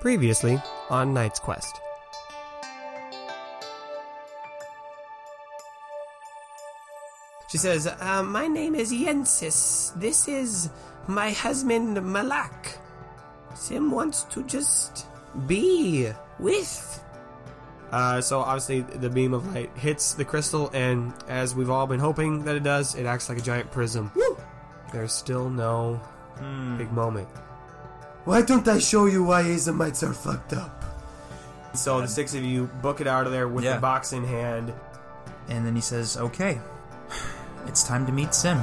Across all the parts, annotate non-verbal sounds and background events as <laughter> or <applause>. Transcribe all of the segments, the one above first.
Previously on Knight's Quest. She says, uh, My name is Yensis. This is my husband Malak. Sim wants to just be with. Uh, so obviously, the beam of light hits the crystal, and as we've all been hoping that it does, it acts like a giant prism. Woo! There's still no big moment. Why don't I show you why Azamites are fucked up? So the six of you book it out of there with Yeah. the box in hand. And then he says, Okay, it's time to meet Sim.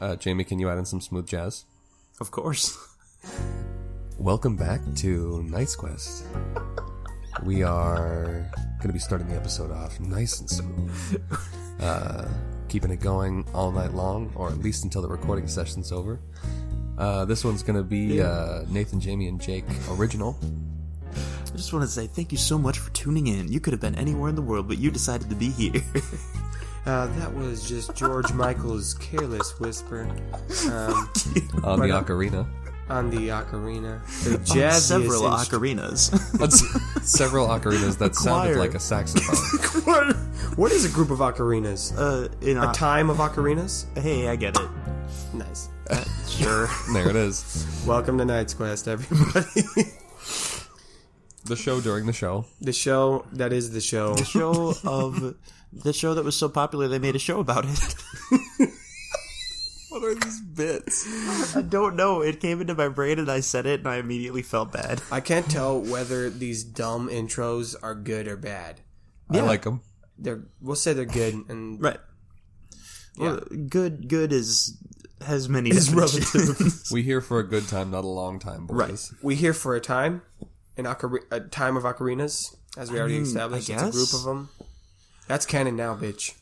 Uh, Jamie, can you add in some smooth jazz? Of course. Welcome back to Knight's Quest. We are going to be starting the episode off nice and smooth. Uh, keeping it going all night long, or at least until the recording session's over. Uh, this one's going to be uh, Nathan, Jamie, and Jake original. <laughs> I just want to say thank you so much for tuning in. You could have been anywhere in the world, but you decided to be here. <laughs> Uh, that was just George Michael's careless whisper um, On the Right on. ocarina. on the <laughs> ocarina. The On jazziest several instru- ocarinas. On s- several ocarinas that sounded choir. like a saxophone. What? What is a group of ocarinas? <laughs> uh, in A time of ocarinas? hey, I get it. Nice. Sure. there it is. Welcome to Night's Quest, everybody. <laughs> The show during the show. the show that is the show. the show of <laughs> the show that was so popular they made a show about <laughs> it. What are these bits? I don't know. It came into my brain and I said it and I immediately felt bad. I can't tell whether these dumb intros are good or bad. I like them. They're we'll say they're good and Right. Well, good good is has many Is definitions. <laughs> We here for a good time, not a long time, boys. Right. we here for a time, an ocar- a time of ocarinas, as we already mean, established. I It's a group guess. of them. That's canon now, bitch.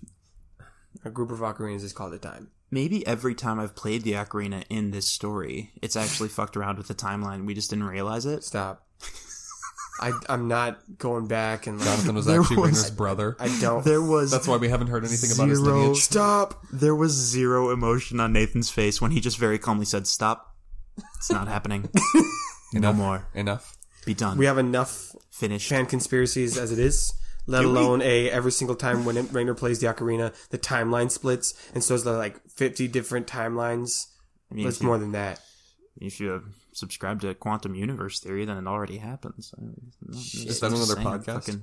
A group of ocarinas is called a time. Maybe every time I've played the ocarina in this story, it's actually fucked around with the timeline. We just didn't realize it. Stop. I, I'm not going back and like, Jonathan was There actually was- Rayner's brother. I don't. There was That's why we haven't heard anything about his Zero. lineage. Stop. There was zero emotion on Nathan's face when he just very calmly said, "Stop. It's not happening. <laughs> no more. Enough. Be done. We have enough Finished." fan conspiracies as it is. Let alone a every single time when Rainer plays the ocarina, the timeline splits, and so it's like 50 different timelines. I mean, It's if you, more than that. if you subscribe to quantum universe theory, then it already happens. Is that another podcast?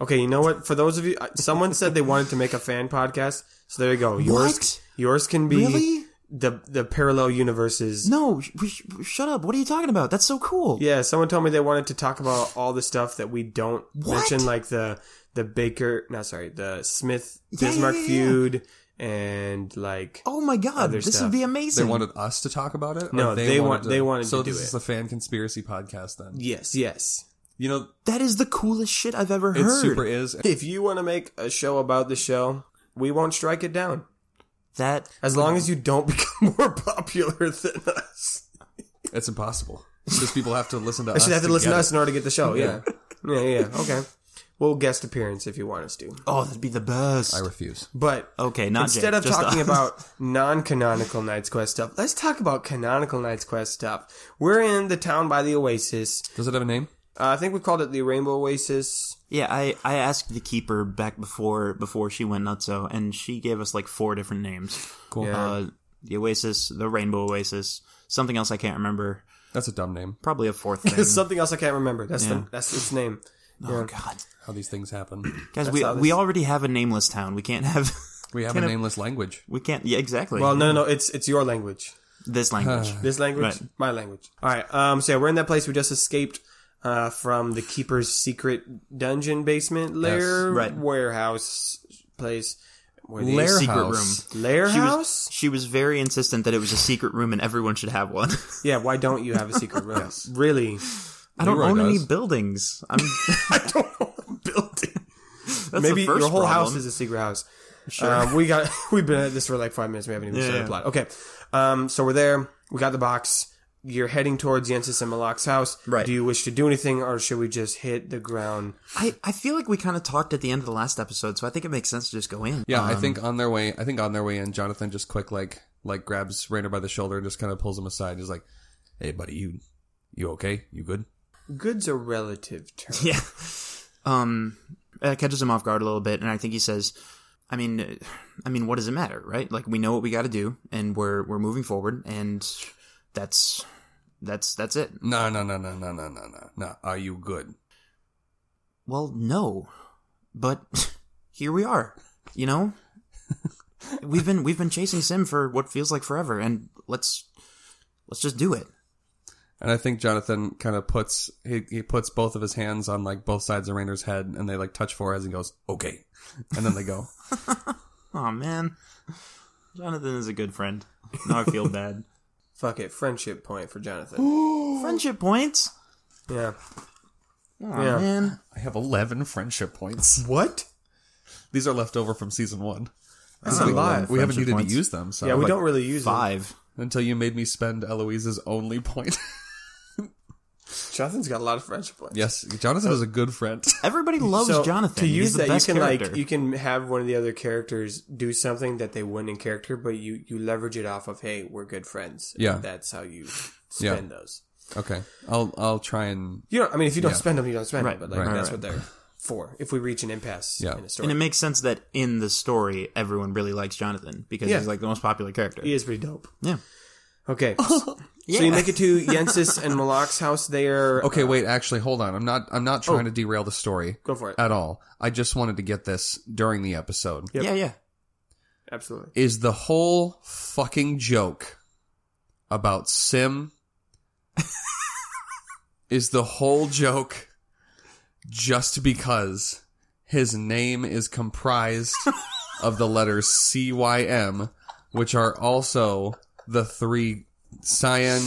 Okay, you know what? For those of you, uh, someone said they wanted to make a fan podcast, so there you go. Yours, What? yours can be Really? the the parallel universes. No, sh- we, sh- shut up. What are you talking about? That's so cool. Yeah, someone told me they wanted to talk about all the stuff that we don't What? mention, like the the Baker, not sorry, the Smith Yeah, yeah, Bismarck yeah, yeah. feud, and like Oh my god, Other this stuff. would be They amazing. wanted us to talk about it. or No, they want- they wanted So to do this is it. a fan conspiracy podcast. Then yes, yes. you know that is the coolest shit I've ever it heard. super is. If you want to make a show about the show, we won't strike it down that as long as you don't <laughs> become more popular than us. It's impossible because people have to listen to. I should us have to listen get to it. us in order to get the show. <laughs> Yeah, yeah, yeah. Okay, we'll guest appearance if you want us to. oh, that'd be the best. I refuse. But okay, not instead Jake, of just uh, talking us. about non-canonical Knights Quest stuff, let's talk about canonical Knights Quest stuff. We're in the town by the Oasis. Does it have a name? Uh, I think we called it the Rainbow Oasis. Yeah, I, I asked the keeper back before before she went nutso, and she gave us like four different names. Cool. Uh, the Oasis, the Rainbow Oasis, <laughs> something else I can't remember. That's a dumb name. Probably a fourth thing. Something else I can't remember. That's Mm. Yeah. the, that's its name. oh god, How these things happen. guys, we how this- we already have a nameless town. We can't have <laughs> We have a nameless language. we can't. Yeah, exactly. Well, Oh, uh, no, no, no. It's it's your language. this language. This language, Right. my language. All right. Um. So yeah, we're in that place. We just escaped uh, from the Keeper's secret dungeon basement lair right. warehouse place. Where they- Lair secret house. lair She house? was, she was very insistent that it was a secret room and everyone should have one. <laughs> Yeah, why don't you have a secret room? Really? I don't Leroy own any does. buildings. I'm, <laughs> I don't own buildings. <laughs> That's Maybe the first your whole problem. house is a secret house. Sure. we got <laughs> we've been at this for like five minutes. We haven't even Yeah, started yeah. the plot. Okay. Um, so we're there. We got the box. You're heading towards Yensis and Malak's house. Right. Do you wish to do anything, or should we just hit the ground? I, I feel like we kind of talked at the end of the last episode, so I think it makes sense to just go in. Yeah, I think on their way, I think on their way in, Jonathan just quick like like grabs Rainer by the shoulder and just kind of pulls him aside. He's like, "Hey, buddy, you you okay? You good?" Good's a relative term. Yeah. Um, it catches him off guard a little bit, and I think he says, "I mean, uh, I mean, what does it matter, right? Like we know what we got to do, and we're we're moving forward, and that's that's that's it. No, no, no, no, no, no, no, no. No, are you good? Well, no, but <laughs> here we are. You know, <laughs> we've been we've been chasing Sim for what feels like forever, and let's let's just do it. And I think Jonathan kind of puts he, he puts both of his hands on like both sides of Rainer's head, and they like touch foreheads and goes, "Okay," and then they go. Oh man, Jonathan is a good friend. Now I feel bad. Fuck it. Friendship point for Jonathan. <laughs> Friendship points. yeah. Oh Yeah. man, <laughs> I have eleven friendship points. What? These are left over from season one. That's a lot. We haven't friendship needed points. to use them, so yeah, we Uh, like, don't really use it. five. until you made me spend Eloise's only point. <laughs> Jonathan's got a lot of friendship points. yes, Jonathan is a good friend. Everybody loves So Jonathan. to use He's the that, you best can character. like you can have one of the other characters do something that they wouldn't in character, but you you leverage it off of hey, we're good friends. And Yeah. that's how you Yeah. spend those. <laughs> Okay, I'll I'll try and You don't. I mean, if you don't Yeah. spend them, you don't spend Right, them. But like right, that's right. what they're for. If we reach an impasse Yeah. in a and story, it makes sense that in the story, everyone really likes Jonathan because Yeah. he's like the most popular character. he is pretty dope. Yeah. <laughs> Okay, so you make it to Yensis and Malak's house. They are Okay, wait. Actually, hold on. I'm not. I'm not trying to derail the story Go for it. at all. I just wanted to get this during the episode. Yep. Yeah, yeah. Absolutely. Is the whole fucking joke about Sim? is the whole joke just because his name is comprised of the letters C Y M, which are also the three cyan,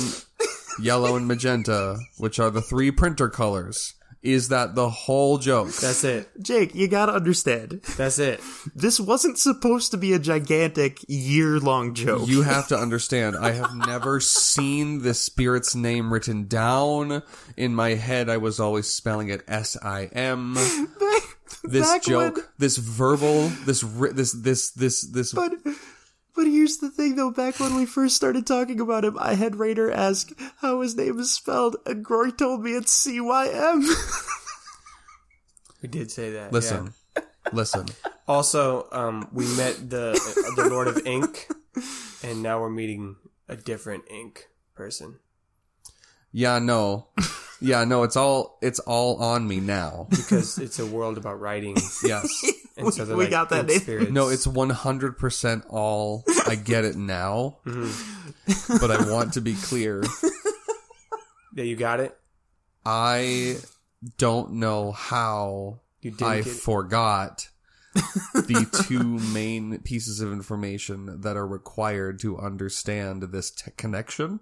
yellow, and magenta, which are the three printer colors. Is that the whole joke? That's it. Jake, you gotta understand. That's it. This wasn't supposed to be a gigantic year long joke. You have to understand, I have never seen the spirit's name written down. In my head, I was always spelling it S I M. This Back when- joke, this verbal, this, ri- this, this, this, this. But but here's the thing though, back when we first started talking about him, I had Raider ask how his name is spelled, and Groy told me it's C Y M. <laughs> We did say that. yeah. listen, listen. Also, um, we met the the Lord of Ink, and now we're meeting a different Ink person. Yeah, no. Yeah, no, it's all, it's all on me now. because it's a world about writing. <laughs> Yes. And so they're We like, got that, "Ink Nathan." spirits. No, it's 100% all. I get it now. Mm-hmm. But I want to be clear. yeah, you got it. I don't know how You didn't I get- forgot <laughs> the two main pieces of information that are required to understand this t- connection,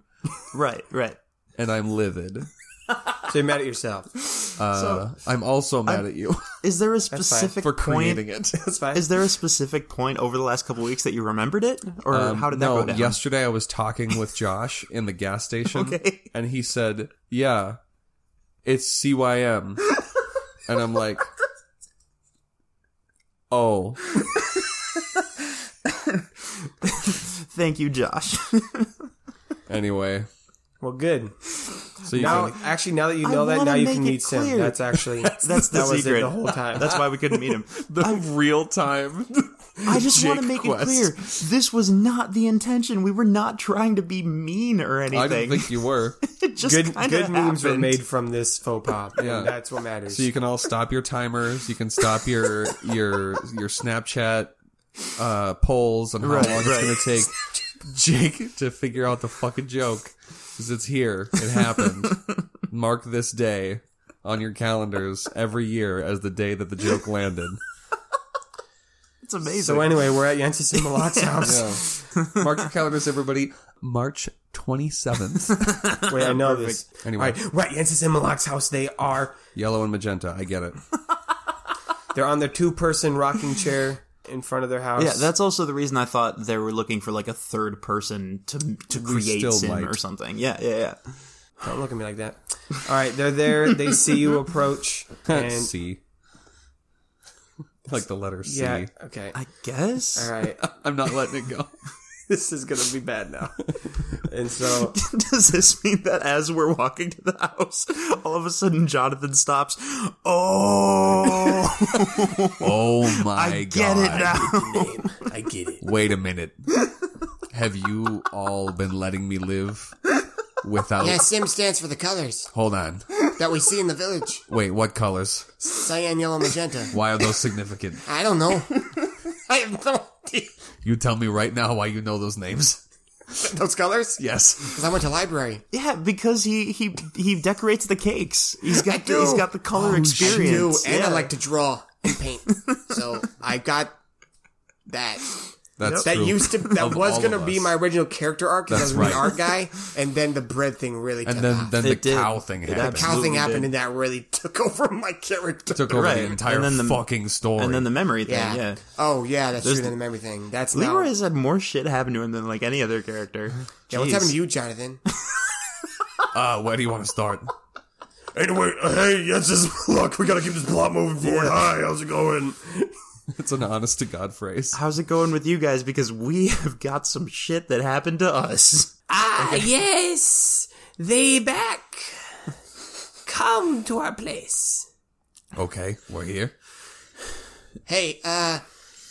right, right. and I'm livid. So you're mad at <laughs> yourself. Uh, I'm also mad at <laughs> you Is there a specific for point creating it. That's fine. Is there a specific point over the last couple weeks that you remembered it, or Um, how did that no, go down? Yesterday I was talking with Josh in the gas station, <laughs> Okay. and he said, "Yeah, it's CYM," and I'm like, "Oh, Thank you, Josh. anyway." well, good. So you Now, can- actually, now that you I know that, wanna now you make can it meet Sim. clear. That's actually <laughs> That's the that was secret. it the whole time. That's why we couldn't meet him. the real time. <laughs> I just want to Jake make Quest. it clear: this was not the intention. We were not trying to be mean or anything. I didn't think you were. <laughs> it just good. kinda Good memes were happened. made from this faux pas. Yeah. and that's what matters. So you can all stop your timers. You can stop your your your Snapchat uh, polls on how Right, long it's right. going to take Jake to figure out the fucking joke because it's here. It happened. Mark this day. on your calendars every year as the day that the joke landed. It's amazing. So anyway, we're at Yancy Simalak's house. <laughs> Yeah. Mark your calendars, everybody. March 27th. Wait, I know this. All Anyway. right, we're at Yancy Simalak's house. They are Yellow and magenta. I get it. they're on their two person rocking chair in front of their house. yeah, that's also the reason I thought they were looking for like a third person to to create still Sim might. or something. Yeah, yeah, yeah. Don't look at me like that. All right, they're there. They see <laughs> you approach, <laughs> and C. Like the letter C. yeah, okay. I guess. All right, am not letting it go. <laughs> this is gonna be bad now. <laughs> And <laughs> so <laughs> Does this mean that as we're walking to the house, all of a sudden Jonathan stops? <laughs> Oh, Oh my I get it now. I get it. Wait a minute. Have you all been letting me live without? Yeah, Sim stands for the colors Hold on. that we see in the village Wait, what colors? cyan, yellow, magenta. Why are those significant? I <laughs> don't know. I have no idea. You tell me right now why you know those names. <laughs> Those colors? Yes. Because I went to library. Yeah, because he he he decorates the cakes. He's got the, he's do. got the color I do, experience. and yeah. I like to draw and paint. so <laughs> I got that. That's That true. used to that Of was all gonna of be us. my original character arc because I was That's the right. art guy, and then the bread thing really took And then off. then the It did. cow thing It happened. Cow Absolutely thing happened, did. and that really took <laughs> over my character. Took over Right. the And entire then the- fucking story. and then the memory thing. Yeah, yeah. Oh yeah, that's There's true. the- Then the memory thing. That's now. Leroy has had more shit happen to him than like any other character. yeah, what's happened to you, Jonathan? uh, where do you want to <laughs> start? Anyway, uh, hey, yes, this <laughs> look. We gotta keep this plot moving forward. Hi, how's it going? It's an honest to god phrase. How's it going with you guys? Because we <laughs> have got some shit that happened to us. Ah, yes, they back. Come to our place. Okay, we're here. Hey, uh,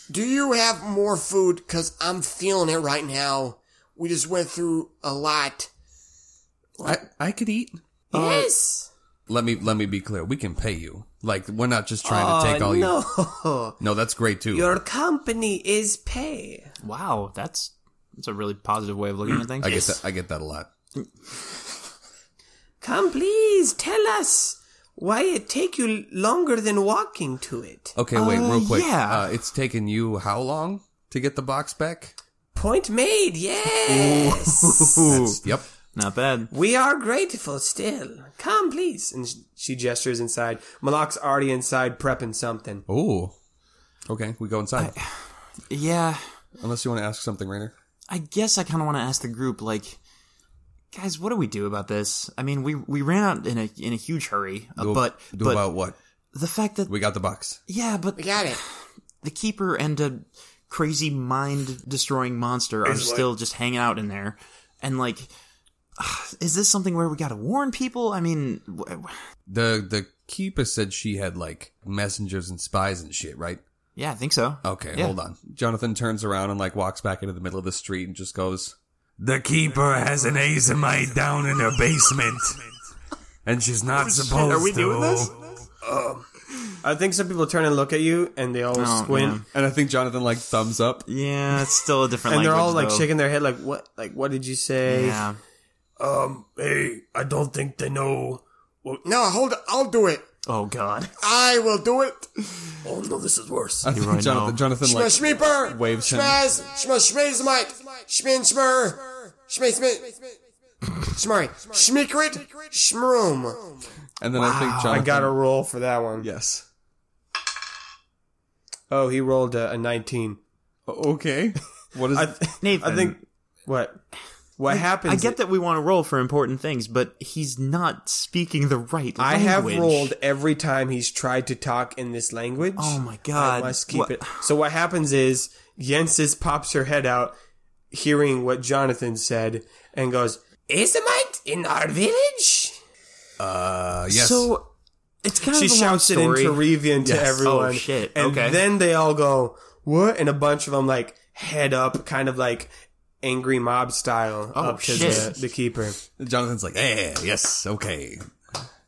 do you have more food? Cause I'm feeling it right now. We just went through a lot. Uh, I I could eat. <laughs> yes. Let me let me be clear. We can pay you. Like we're not just trying Uh, to take all your. no, No, that's great too. your company is pay. Wow, that's that's a really positive way of looking at things. I get that. I get that a lot. Come, please tell us why it take you longer than walking to it. Okay, wait, Uh, real quick. yeah. Uh, it's taken you how long to get the box back? Point made. Yes, Ooh, <laughs> That's- yep. not bad. we are grateful still. Come, please. And sh- she gestures inside. Malak's already inside prepping something. Oh. Okay, we go inside. Yeah, Unless you want to ask something, Rainer. I guess I kind of want to ask the group, like, guys, what do we do about this? I mean, we we ran out in a in a huge hurry, uh, Do- but do but about what? the fact that We got the box. yeah, but We got it. the keeper and a crazy mind destroying monster are still just hanging out in there, and like, <sighs> is this something where we got to warn people? I mean, w- w- The the keeper said she had like messengers and spies and shit, right? yeah, I think so. Okay, Yeah. hold on. Jonathan turns around and like walks back into the middle of the street and just goes, "The keeper has an azomite down in her basement, and she's not supposed Oh, Are we doing this? I think some people turn and look at you, and they all Oh, squint, man. And I think Jonathan like thumbs up. Yeah, it's still a different. and they're language, all like though. shaking their head, like what? Like what did you say? Yeah. Um, hey, I don't think they know. No, hold. I'll do it. Oh God. I will do it. Oh no, this is worse. I think right Jonathan, now. Jonathan like Shmer Shmeeper. waves him. Shmez. Shmez. Shmez. Mike. Shmin. Shmer. Shmez. Smith. Shmari. Shmikrit. Shmroom. and then I think I Jonathan got a roll for that one. yes. Oh, he rolled a, a nineteen. O- Okay, what is I, th- <laughs> Nathan. I think what what happens? I get that we want to roll for important things, but he's not speaking the right I language. have rolled every time he's tried to talk in this language. Oh my god. I must keep What- it. So what happens is Yensis pops her head out, hearing what Jonathan said, and goes, Azomite in our village. uh yes? So it's kind she of a long shouts it in story. Peruvian to everyone. Oh, shit. And Okay. then they all go, what? And a bunch of them like head up, kind of like angry mob style Oh, up to shit. the, the keeper. Jonathan's like, eh, yes, okay.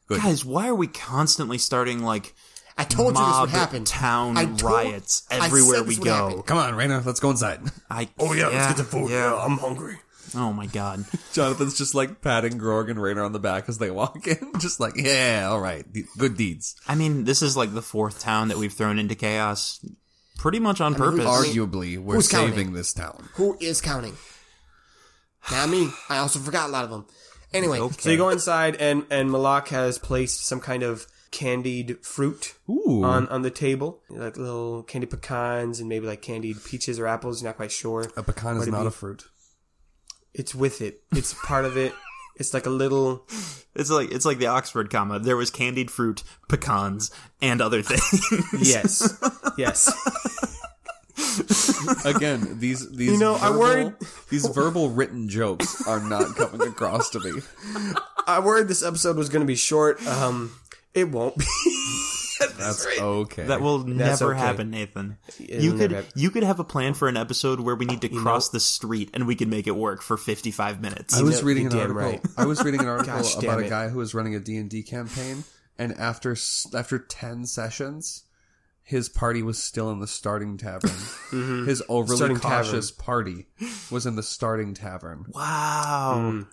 Guys, why are we constantly starting like I told you this mob would happen. town I told- riots I said everywhere this we would go? happen. Come on, Rainer, let's go inside. <laughs> I Oh Ah, yeah, let's get the food. Yeah. I'm hungry. Oh my god. Jonathan's just like patting Grog and Raynor on the back as they walk in, <laughs> just like, yeah, all right, good deeds. I mean, this is like the fourth town that we've thrown into chaos, pretty much on mean, who's purpose. Arguably, we're Who's saving counting? this town. Who is counting? Not me. I also forgot a lot of them. Anyway, So you go inside, and and Malak has placed some kind of candied fruit Ooh. on on the table, like little candy pecans and maybe like candied peaches or apples. You're not quite sure. A pecan is Might it not be- a fruit. It's with it. It's part of it. It's like a little. It's like it's like the Oxford comma. There was candied fruit, pecans, and other things. <laughs> Yes. Yes. <laughs> Again, these these know, I verbal, worried- <laughs> these verbal written jokes are not coming across to me. I worried this episode was going to be short. Um, it won't be. <laughs> That's okay. That will That's never okay. happen, Nathan. It'll you could never happen. you could have a plan for an episode where we need to cross the street and we could make it work for 55 minutes. I was know, reading you're an damn article. right. I <laughs> was reading an article Gosh, damn about a it. guy who was running a D and D campaign, and after s- after ten sessions, his party was still in the <laughs> starting tavern. His Mm-hmm. overly Starting cautious party was in the starting tavern. wow.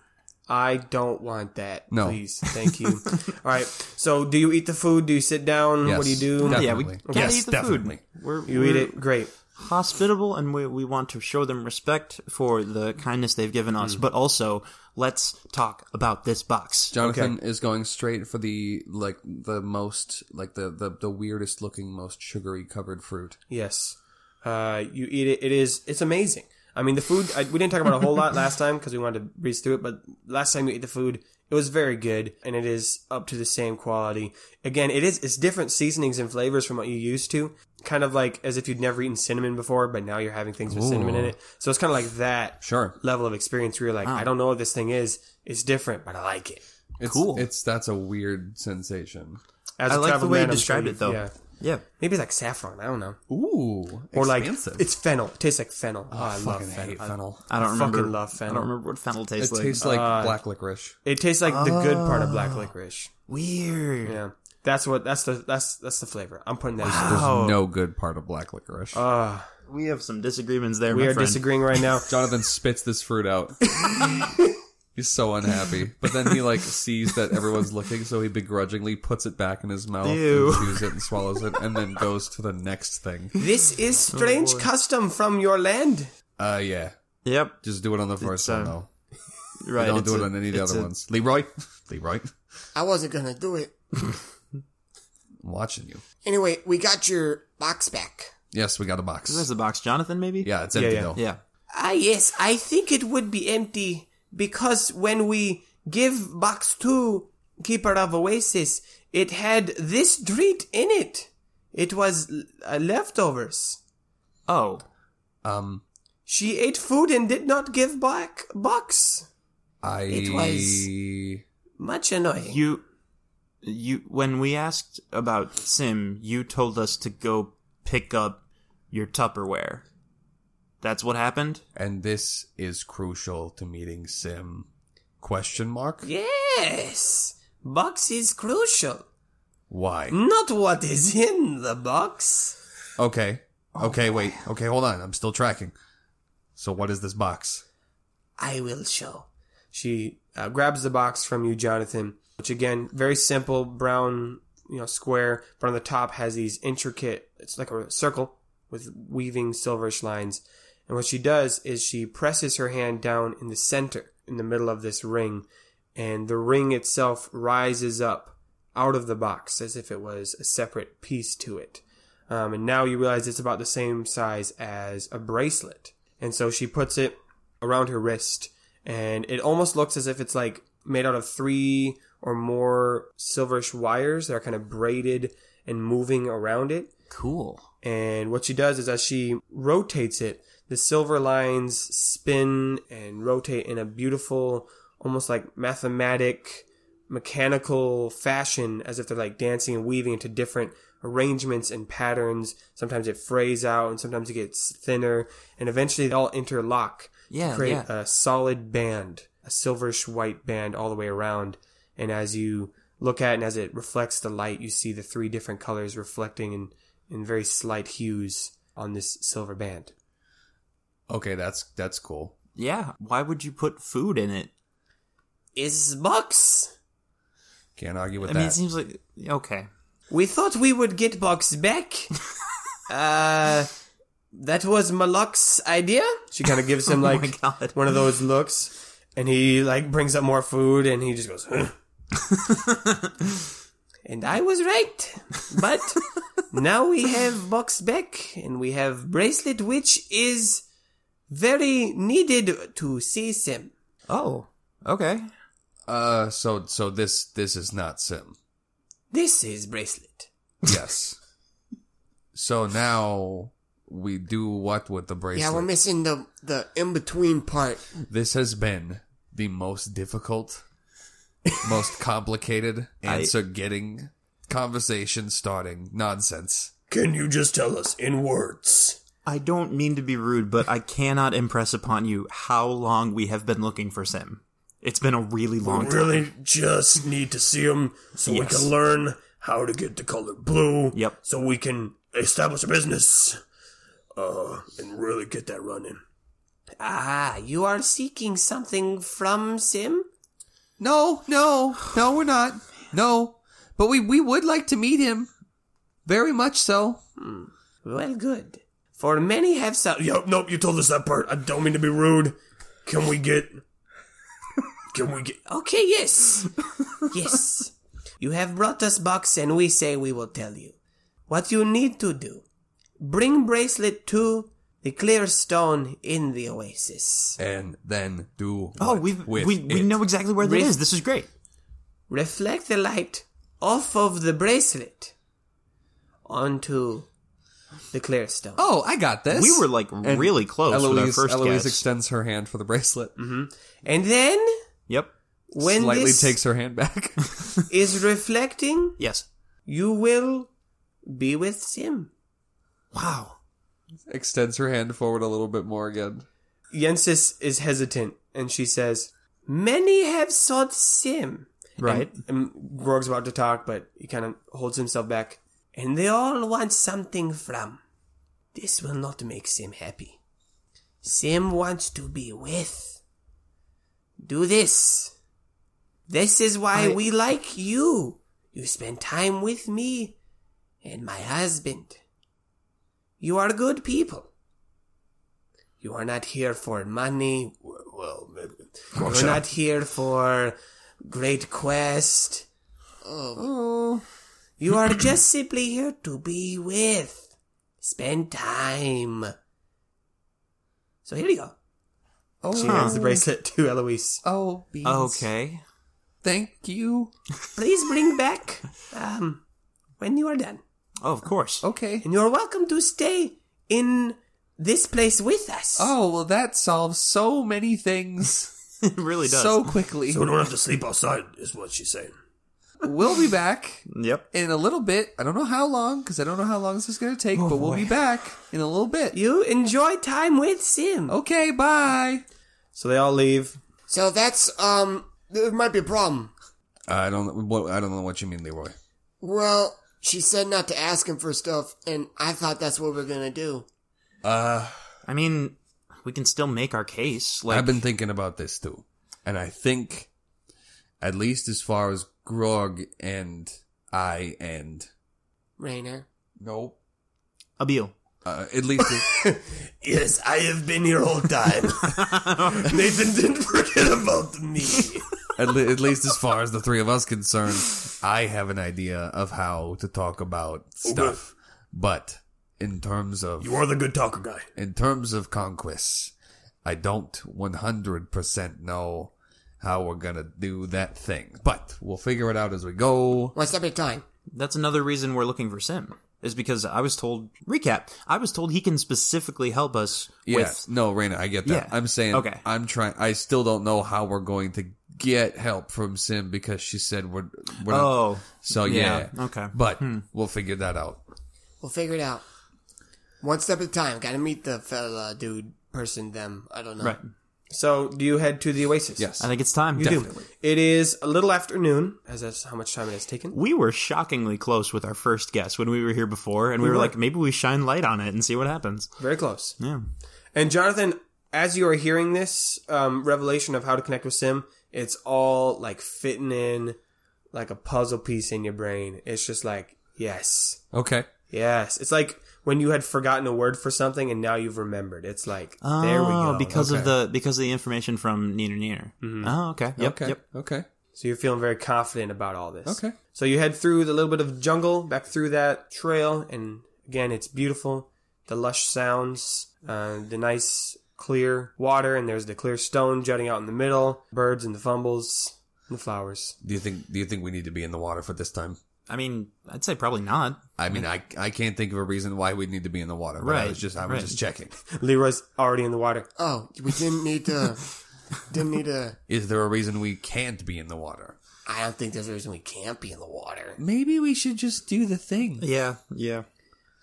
I don't want that. No. Please. Thank you. <laughs> All right. So, do you eat the food? Do you sit down? What do you Yes, do? definitely. Yeah, we gotta Yes, eat the definitely. food. We're, You we're eat it. Great. hospitable, and we we want to show them respect for the kindness they've given us. Mm. But also, let's talk about this box. Jonathan is going straight for the like the most like the the, the weirdest looking most sugary covered fruit. Yes. Uh, you eat it. It is. It's amazing. I mean, the food. I, we didn't talk about a whole lot last time because we wanted to breeze through it. But last time we ate the food, it was very good, and it is up to the same quality. Again, it is. It's different seasonings and flavors from what you used to. Kind of like as if you'd never eaten cinnamon before, but now you're having things with cinnamon in it. So it's kind of like that Sure. level of experience where you're like, I don't know what this thing is. It's different, but I like it. It's, Cool. It's that's a weird sensation. As I a like the travel way you man, I'm described sure it, though. Yeah. Yeah, Maybe it's like saffron. I don't know. Ooh, Or like expansive. it's fennel. It tastes like fennel. Oh, I, I love fucking fennel. hate fennel. I don't fucking remember. love I fennel. don't remember what fennel It tastes like. tastes like uh, black licorice. It tastes like the good part of black licorice. Weird. Yeah, that's what that's the that's that's the flavor. I'm putting that. There's Oh. no good part of black licorice. We have some disagreements there. we my are friend. disagreeing right <laughs> now. Jonathan spits this fruit <laughs> out. He's so unhappy, but then he like sees that everyone's looking, so he begrudgingly puts it back in his mouth, Ew. and chews it, and swallows it, and then goes to the next thing. This is Oh, strange custom from your land. Uh, yeah, Yep. just do it on the first one um, though. Right. Don't it's do it a- on any of the it's other a- ones. Leroy, <laughs> Leroy, I wasn't gonna do it. I'm watching you. Anyway, we got your box back. Yes, we got a box. Where's the box, Jonathan? Maybe. yeah, it's empty yeah. though. Yeah. Ah, yes, I think it would be empty because when we give Box 2 Keeper of Oasis, it had this treat in it. It was uh, leftovers. Oh. Um, She ate food and did not give back Box. I It was- Much annoying. You, you. When we asked about Sim, you told us to go pick up your Tupperware. That's what happened. and this is crucial to meeting Sim. Question mark? yes, Box is crucial. Why? Mm. Not what is in the box. Okay. Oh Okay, wait. Okay, hold on. I'm still tracking. So what is this box? I will show. She uh, grabs the box from you, Jonathan. Which again, very simple brown, you know, square. But on the top has these intricate. It's like a circle with weaving silverish lines. And what she does is she presses her hand down in the center, in the middle of this ring, and the ring itself rises up out of the box as if it was a separate piece to it. Um, and now you realize it's about the same size as a bracelet. And so she puts it around her wrist, and it almost looks as if it's like made out of three or more silverish wires that are kind of braided and moving around it. Cool. And what she does is as she rotates it, the silver lines spin and rotate in a beautiful, almost like mathematic, mechanical fashion, as if they're like dancing and weaving into different arrangements and patterns. Sometimes it frays out and sometimes it gets thinner, and eventually they all interlock Yeah, to create yeah. a solid band, a silverish white band all the way around. And as you look at it and as it reflects the light, you see the three different colors reflecting in, in very slight hues on this silver band. Okay, that's that's cool. Yeah, why would you put food in it? Is box? Can't argue with I that. mean, it seems like okay. <laughs> Oh We thought we would get <laughs> box back. uh, that was Malak's idea. She kind of <laughs> gives him Oh my like God. one of those looks, and he like brings up more food, and he just goes. "Huh." And I was right. But now we have box back and we have bracelet, which is very needed to see Sim. Oh, okay. uh, so so this this is not Sim. This is bracelet. Yes. so now we do what with the bracelet? Yeah, we're missing the the in between part. This has been the most difficult, <laughs> most complicated answer getting conversation starting nonsense. Can you just tell us in words? I don't mean to be rude, but I cannot impress upon you how long we have been looking for Sim. It's been a really long time. Really, just need to see him so we Yes. can learn how to get the color blue. Yep. So we can establish a business, uh, and really get that running. Ah, you are seeking something from Sim? No, no, no, we're not. No, but we we would like to meet him, very much so. Hmm. Well, good. For many have some. Yep. Nope. You told us that part. I don't mean to be rude. Can we get? Can we get? Okay, yes. yes. You have brought us box and we say we will tell you. What you need to do. Bring bracelet to the clear stone in the oasis. And then do. Oh, what we with we we it? know exactly where that With- is. This is great. reflect the light off of the bracelet onto the clear stone. Oh, I got this. We were like And really close with our Eloise, first Mm-hmm. Eloise guess. extends her hand for the bracelet. And then yep. when Slightly this takes her hand back. <laughs> <laughs> is reflecting, Yes. you will be with Sim. Wow. extends her hand forward a little bit more again. Yensis is hesitant, and she says, Many have sought Sim, Right. and Grog's about to talk, but he kind of holds himself back. and they all want something from. This will not make Sim happy. Sim wants to be with. Do this. This is why I- we like you. You spend time with me and my husband. You are good people. You are not here for money. W- Well, maybe. You're not here for great quest. Oh. Oh. You are just simply here to be with. Spend time. So here you go. Oh, She hands the bracelet to Eloise. oh, beans. Okay. Thank you. Please bring back um when you are done. Oh, of course. <laughs> Okay. And you are welcome to stay in this place with us. Oh, well, that solves so many things it <laughs> really does. so quickly. So we don't have to sleep outside, is what she's saying. we'll be back yep. in a little bit. I don't know how long because I don't know how long this is going to take, but we'll be back in a little bit. You enjoy time with Sim. Okay, bye. So they all leave. Oh. So that's um, there might be a problem. I don't. What, I don't know what you mean, Leroy. Well, she said not to ask him for stuff, and I thought that's what we're gonna do. Uh, I mean, we can still make our case. Like I've been thinking about this too, and I think, at least as far as Grog and I and Rainer, nope, Abil. uh, at least. Yes, I have been here all time. Nathan didn't forget about me. at, le- at least as far as the three of us concerned, I have an idea of how to talk about stuff. But in terms of You are the good talker guy. in terms of conquests, I don't 100% know how we're going to do that thing. But we'll figure it out as we go. <laughs> one step at a time. That's another reason we're looking for Sim. Is because I was told recap. I was told he can specifically help us Yes. with No, Raina, I get that. Yeah. I'm saying Okay. I'm trying I still don't know how we're going to get help from Sim because she said we're, we're not- Oh. so yeah. yeah, okay. Hmm. But we'll figure that out. We'll figure it out. One step at a time. Gotta meet the fella, dude, person, them. I don't know. Right. So do you head to the Oasis? Yes. I think it's time. You do. It is a little after noon, as that's how much time it has taken. We were shockingly close with our first guess when we were here before, and we, were, like, maybe we shine light on it and see what happens. Very close. Yeah. And Jonathan, as you are hearing this um, revelation of how to connect with Sim, it's all like fitting in like a puzzle piece in your brain. It's just like, yes, Okay. yes. It's like when you had forgotten a word for something and now you've remembered. It's like, Oh, there we go. because of the because of the information from Neener Neener. Oh, okay. Yep. Okay. Yep. Okay. So you're feeling very confident about all this. Okay. So you head through the little bit of jungle, back through that trail, and again, it's beautiful. The lush sounds, uh, the nice clear water, and there's the clear stone jutting out in the middle, birds and the fumbles, and the flowers. Do you think Do you think we need to be in the water for this time? I mean, I'd say probably not. I mean, I I can't think of a reason why we'd need to be in the water. but I Right, was just I was right. just checking. Leroy's already in the water. Oh, we didn't need to. didn't need to. Is there a reason we can't be in the water? I don't think there's a reason we can't be in the water. Maybe we should just do the thing. Yeah. Yeah.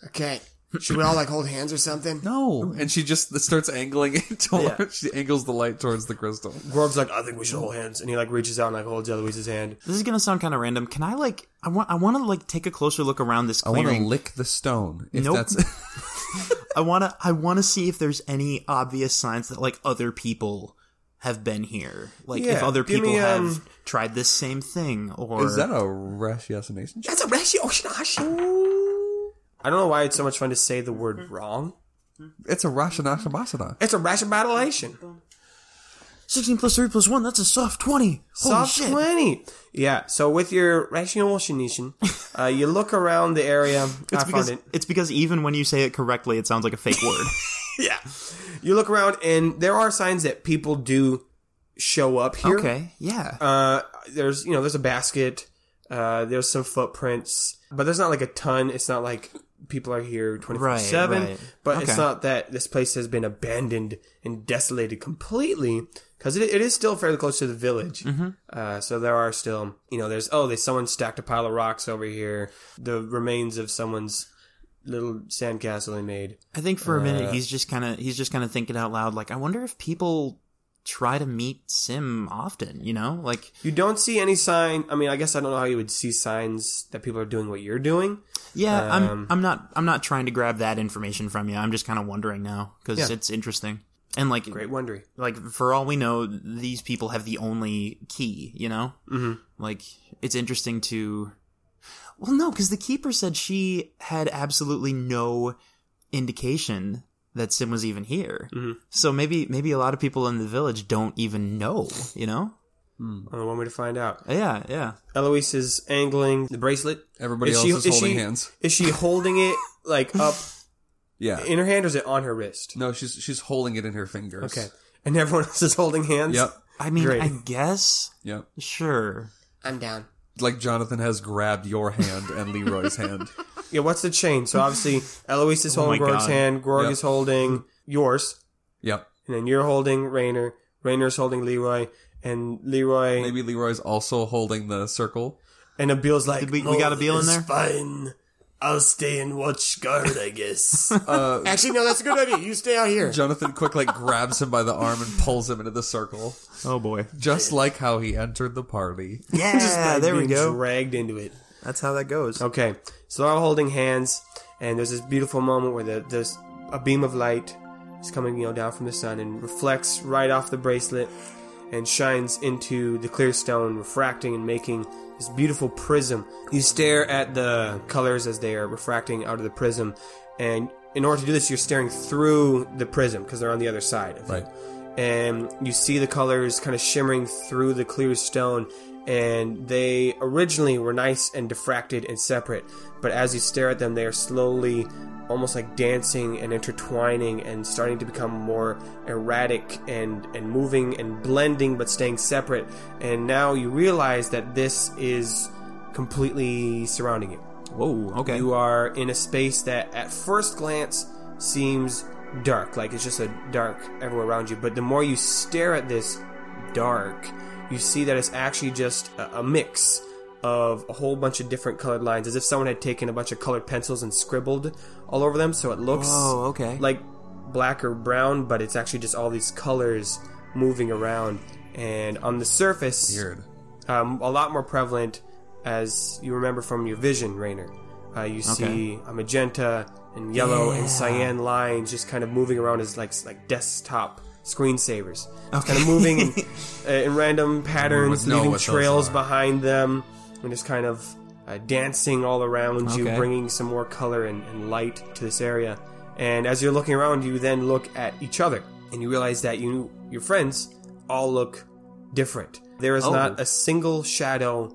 Okay. Should we all like hold hands or something? No. And she just starts angling <laughs> it toward. Yeah. She angles the light towards the crystal. Gorg's like, I think we should hold hands, and he like reaches out and like holds Eloise's hand. This is gonna sound kind of random. Can I like? I want. I want to like take a closer look around this I want to clearing. lick the stone. If Nope. that's <laughs> I want to. I want to see if there's any obvious signs that like other people have been here. Like if Yeah, other give people me, have um, tried this same thing, or is that a ratiocination? check? That's a ratio. Oshinashi. I don't know why it's so much fun to say the word wrong. It's a ratiocination. It's a ration battlation. sixteen plus three plus one. That's a soft twenty. Holy Soft shit. 20. Yeah, so with your rational Shinishin, uh, <laughs> you look around the area. I It's because, found it. it's because even when you say it correctly, it sounds like <laughs> a fake word. Yeah. You look around, and there are signs that people do show up here. okay, yeah. Uh, there's, you know, there's a basket. Uh, there's some footprints, but there's not like a ton. It's not like people are here 24 7. Right, right. But it's Okay. not that this place has been abandoned and desolated completely because it, it is still fairly close to the village. Mm-hmm. Uh, so there are still, you know, there's, oh, there's someone stacked a pile of rocks over here. The remains of someone's little sandcastle they made. I think for a Uh, minute he's just kind of he's just kind of thinking out loud, like I wonder if people try to meet Sim often. You know, like You don't see any sign. I mean, I guess I don't know how you would see signs that people are doing what you're doing. yeah, Uh, um, I'm I'm not I'm not trying to grab that information from you. I'm just kind of wondering now because it's interesting and like Great wondering. like for all we know, these people have the only key. You know, mm-hmm. like it's interesting to. Well, no, because the keeper said she had absolutely no indication that Sim was even here. So maybe maybe a lot of people in the village don't even know. You know? Only one way to find out. Yeah, yeah. Eloise is angling the bracelet. Everybody else is holding hands. Is she holding it like up Yeah. in her hand or is it on her wrist? no, she's she's holding it in her fingers. Okay. And everyone else is holding hands. Yep. I mean, Great. I guess Yep. sure. I'm down. Like Jonathan has grabbed your hand and Leroy's hand. Yeah. What's the chain? So obviously Eloise is Oh holding my Gorg's God. hand. Gorg Yep. is holding yours, Yep. and then you're holding Rainer. Rainer's holding Leroy, and Leroy Maybe Leroy's also holding the circle. and Abil's like, Did we, we got a Beal in there? Fine. I'll stay and watch guard, I guess. Uh, Actually, no, that's a good idea. You stay out here. Jonathan quick like grabs him by the arm and pulls him into the circle, Oh boy. just like how he entered the party. Yeah, there we being go. Dragged into it. That's how that goes. Okay, so they're all holding hands, and there's this beautiful moment where the, there's a beam of light is coming, you know, down from the sun and reflects right off the bracelet and shines into the clear stone, refracting and making this beautiful prism. You stare at the colors as they are refracting out of the prism, and in order to do this, you're staring through the prism because they're on the other side of Right. it and you see the colors kind of shimmering through the clear stone and they originally were nice and diffracted and separate but as you stare at them they are slowly almost like dancing and intertwining and starting to become more erratic and and moving and blending but staying separate and now you realize that this is completely surrounding you Whoa. Okay. you are in a space that at first glance seems dark, like it's just a dark everywhere around you. But the more you stare at this dark, you see that it's actually just a, a mix of a whole bunch of different colored lines, as if someone had taken a bunch of colored pencils and scribbled all over them, so it looks Whoa, okay. like black or brown, but it's actually just all these colors moving around. And on the surface, Weird. um, a lot more prevalent as you remember from your vision, Rainer. Uh, you see a magenta and yellow and cyan lines just kind of moving around as like like desktop screensavers. It's kind of moving uh, in random patterns, would know leaving what those trails are. behind them, and just kind of uh, dancing all around you, Okay. bringing some more color and, and light to this area. And as you're looking around, you then look at each other, and you realize that you your friends all look different. There is Oh. not a single shadow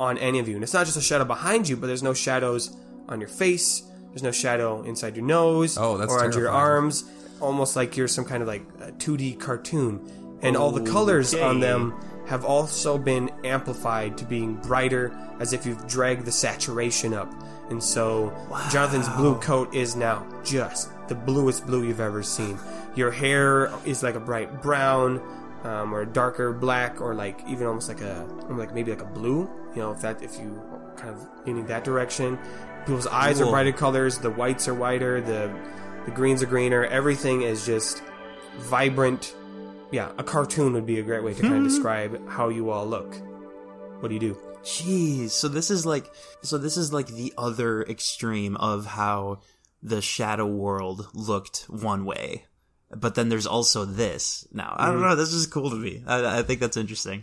on any of you. And it's not just a shadow behind you, but there's no shadows on your face. There's no shadow inside your nose Oh, that's or under your terrifying. arms. Almost like you're some kind of like a 2D cartoon. And all the colors on them have also been amplified to being brighter as if you've dragged the saturation up. And so Jonathan's blue coat is now just the bluest blue you've ever seen. Your hair is like a bright brown um, or darker black, or like even almost like a or like maybe like a blue. You know, if that if you kind of leaning that direction, people's eyes are brighter colors. The whites are whiter. The the greens are greener. Everything is just vibrant. Yeah, a cartoon would be a great way to kind Hmm. of describe how you all look. What do you do? Jeez, so this is like so this is like the other extreme of how the shadow world looked one way. But then there's also this. Now, I Mm-hmm. don't know, this is cool to me. I, I think that's interesting.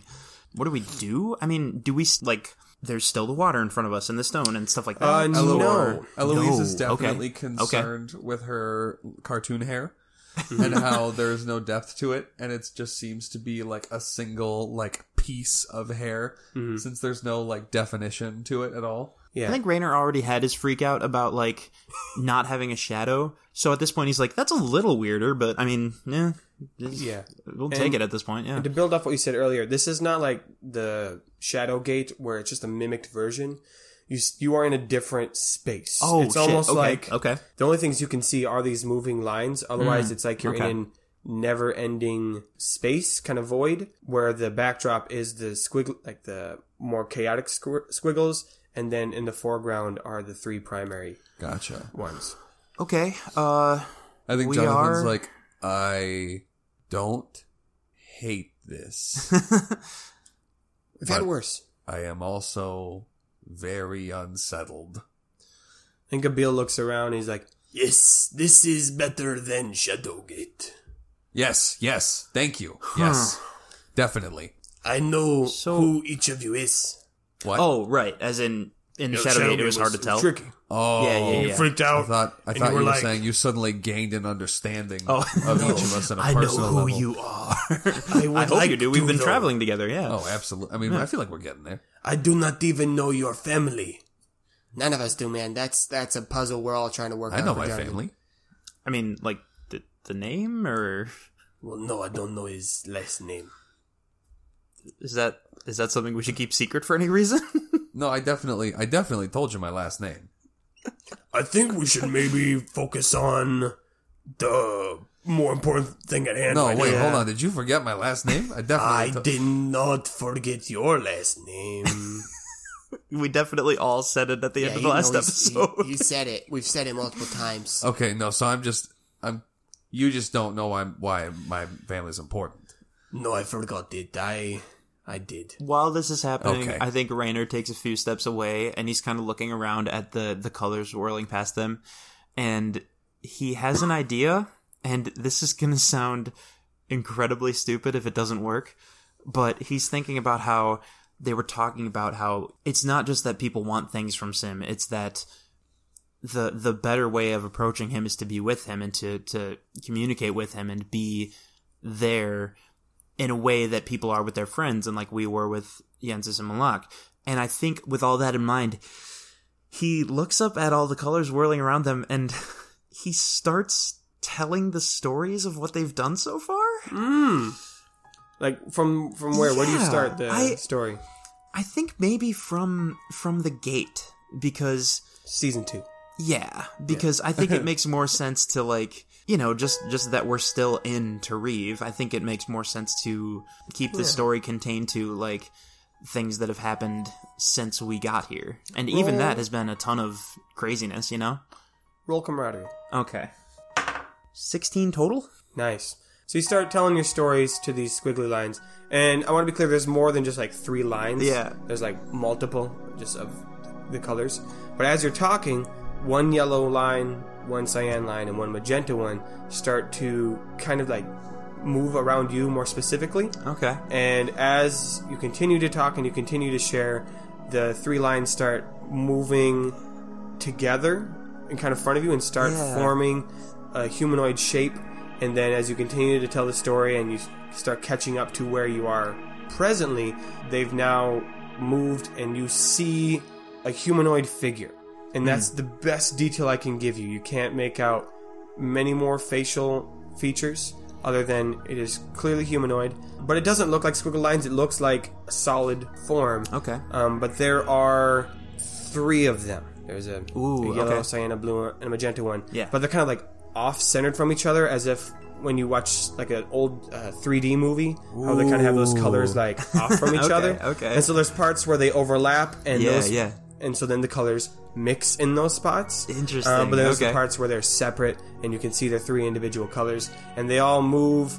What do we do? I mean, do we s- like there's still the water in front of us and the stone and stuff like that? Uh, Elo- no. Eloise is No. Okay. definitely Okay. concerned with her cartoon hair and how there's no depth to it, and it just seems to be like a single like piece of hair since there's no like definition to it at all. Yeah. I think Rayner already had his freak out about like not having a shadow. So at this point he's like that's a little weirder, but I mean, yeah. Yeah. We'll take And- it at this point, yeah. to build off what you said earlier, this is not like the Shadow Gate where it's just a mimicked version. You s- you are in a different space. Oh, it's shit. almost Okay, like okay. The only things you can see are these moving lines. Mm. Otherwise, it's like you're okay. in a never-ending space, kind of void, where the backdrop is the squiggle, like the more chaotic squ- squiggles, and then in the foreground are the three primary Gotcha. ones. Okay. Uh I think We Jonathan's are- like, I don't hate this. We've had But- worse. I am also very unsettled. And Gabil looks around. And he's like, Yes, this is better than Shadowgate. Yes, yes, thank you. Yes, definitely. I know So- who each of you is. What? Oh, right. As in in the Yeah, Shadow Gate, it was, hard to was tell. Tricky. Oh, Yeah, yeah, yeah. Freaked I out. thought I and thought you were were like, saying you suddenly gained an understanding Oh. of each of us on a I know personal who level. you are. I I, would hope like you do. to, We've been though. traveling together. Yeah. Oh, absolutely. I mean, I feel like we're getting there. I do not even know your family. None of us do, man. That's that's a puzzle we're all trying to work I out. know for my Jonathan. family. I mean, like the the name, or Well, no, I don't know his last name. is that is that something we should keep secret for any reason? <laughs> No, I definitely, I definitely told you my last name. I think we should maybe focus on the more important thing at hand. No, right wait, now. hold on. Did you forget my last name? I I definitely. to- did not forget your last <laughs> name. we definitely all said it at the Yeah, end of you the last know he's- he- episode. you said it. We've said it multiple times. Okay, no. So I'm just, I'm. You just don't know why, why my family's important. <laughs> no, I forgot it. I, I did. While this is happening, Okay. I think Rainer takes a few steps away and he's kind of looking around at the the colors whirling past them, and he has an idea. And this is going to sound incredibly stupid if it doesn't work, but he's thinking about how they were talking about how it's not just that people want things from Sim; it's that the the better way of approaching him is to be with him and to to communicate with him and be there in a way that people are with their friends and like we were with Yensis and Malak. And I think with all that in mind, he looks up at all the colors whirling around them and <laughs> he starts telling the stories of what they've done so far. like from from where? Where do you Yeah, start the I- story? I think maybe from from the gate because Season two. Yeah, because I <laughs> think it makes more sense to like you know just just that we're still in Tareve. I think it makes more sense to keep the story contained to like things that have happened since we got here, and even that has been a ton of craziness, you know. Roll camaraderie. Okay, sixteen total. Nice. So you start telling your stories to these squiggly lines, and I want to be clear: there's more than just like three lines. Yeah. there's like multiple just of the colors. But as you're talking, one yellow line, one cyan line, and one magenta one start to kind of like move around you more specifically. Okay. And as you continue to talk and you continue to share, the three lines start moving together in kind of front of you and start Yeah. forming a humanoid shape. And then as you continue to tell the story and you s- start catching up to where you are presently, they've now moved and you see a humanoid figure. And that's the best detail I can give you. You can't make out many more facial features other than it is clearly humanoid, but it doesn't look like squiggle lines. It looks like a solid form. Okay. Um, but there are three of them. There's a, Ooh, a yellow, okay. cyan, a blue, and a magenta one. Yeah. But they're kind of like off centered from each other, as if when you watch like an old uh, 3D movie, how they kind of have those Ooh. colors <laughs> like off from each Okay, other. okay. And so there's parts where they overlap, and Yeah, those, yeah. and so then the colors mix in those spots. Interesting, Um, but there's the okay. parts where they're separate, and you can see the three individual colors, and they all move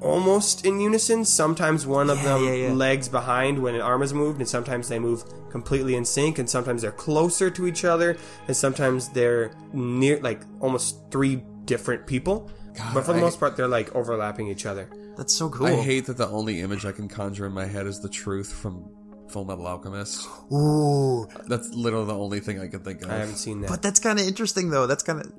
almost in unison. Sometimes one of Yeah, them yeah, yeah. legs behind when an arm is moved, and sometimes they move completely in sync, and sometimes they're closer to each other, and sometimes they're near, like almost three different people. but for the I- most part, they're like overlapping each other. That's so cool. I hate that the only image I can conjure in my head is the truth from Full Metal Alchemist. Ooh. That's literally the only thing I can think of. I haven't seen that. But that's kind of interesting, though. That's kind of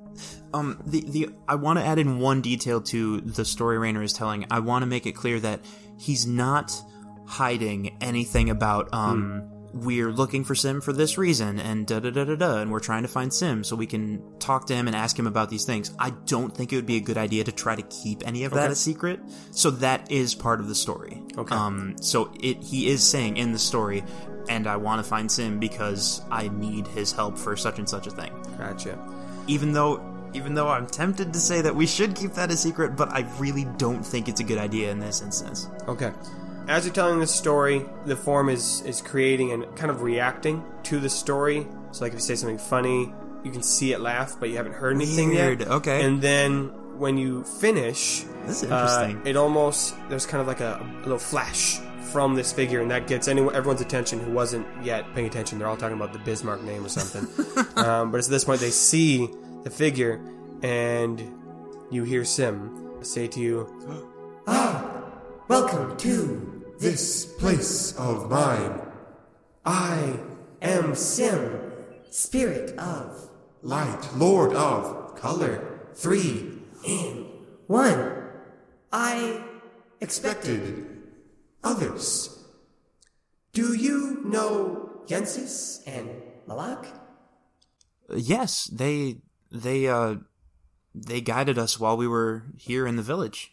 um the the I want to add in one detail to the story Rainer is telling. I want to make it clear that he's not hiding anything about um we're looking for Sim for this reason and da da da da da and we're trying to find Sim so we can talk to him and ask him about these things. I don't think it would be a good idea to try to keep any of that a secret. So that is part of the story. Okay. Um so it he is saying in the story and I want to find Sim because I need his help for such and such a thing Gotcha. even though even though I'm tempted to say that we should keep that a secret, but I really don't think it's a good idea in this instance. Okay. As you're telling this story, the form is is creating and kind of reacting to the story. So, like if you say something funny, you can see it laugh, but you haven't heard anything Weird, yet. okay. And then when you finish, This is uh, interesting. it almost there's kind of like a, a little flash from this figure, and that gets anyone everyone's attention who wasn't yet paying attention. They're all talking about the Bismarck name or something. <laughs> um, but it's at this point they see the figure, and you hear Sim say to you, Welcome to this place of mine. I am Sim, spirit of light, lord of color, three in one. I expected others. Do you know Yensis and Malak? Uh, Yes, they they uh they guided us while we were here in the village.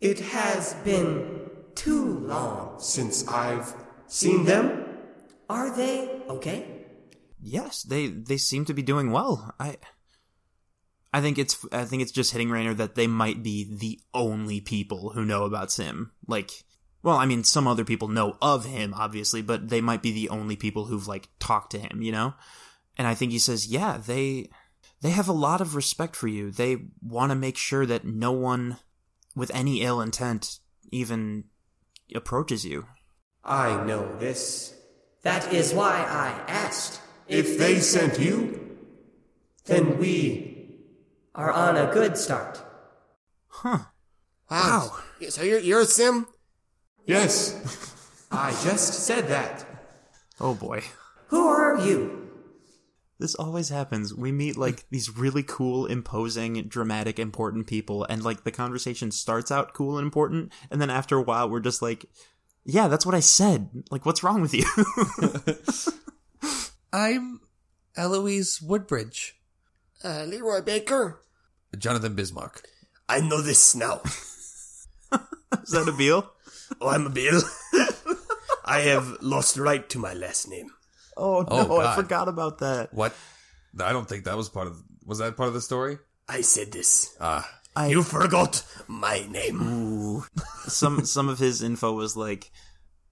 It has been too long since I've seen them. Are they okay? Yes, they they seem to be doing well. I I think it's I think it's just hitting Rainer that they might be the only people who know about Sim. Like well, I mean some other people know of him obviously, but they might be the only people who've like talked to him, you know? And I think he says, "Yeah, they they have a lot of respect for you. They want to make sure that no one with any ill intent even approaches you." I know this. That is why I asked. If they sent you, then we are on a good start. Huh. Wow. So you're, you're a sim? <laughs> Yes. "I just said that." Oh boy. Who are you? This always happens. We meet <laughs> like these really cool, imposing, dramatic, important people, and like the conversation starts out cool and important, and then after a while, we're just like, "Yeah, that's what I said. Like, what's wrong with you?" <laughs> I'm Eloise Woodbridge. Uh, Leroy Baker. Jonathan Bismarck. I know this now. Is that a deal? Oh, I'm a Bill. <laughs> I have lost right to my last name. <laughs> Oh Oh, no, I God. forgot about that. What? I don't think that was part of. Was that part of the story? I said this. Ah, I- You forgot my name. Ooh. some some of his info was like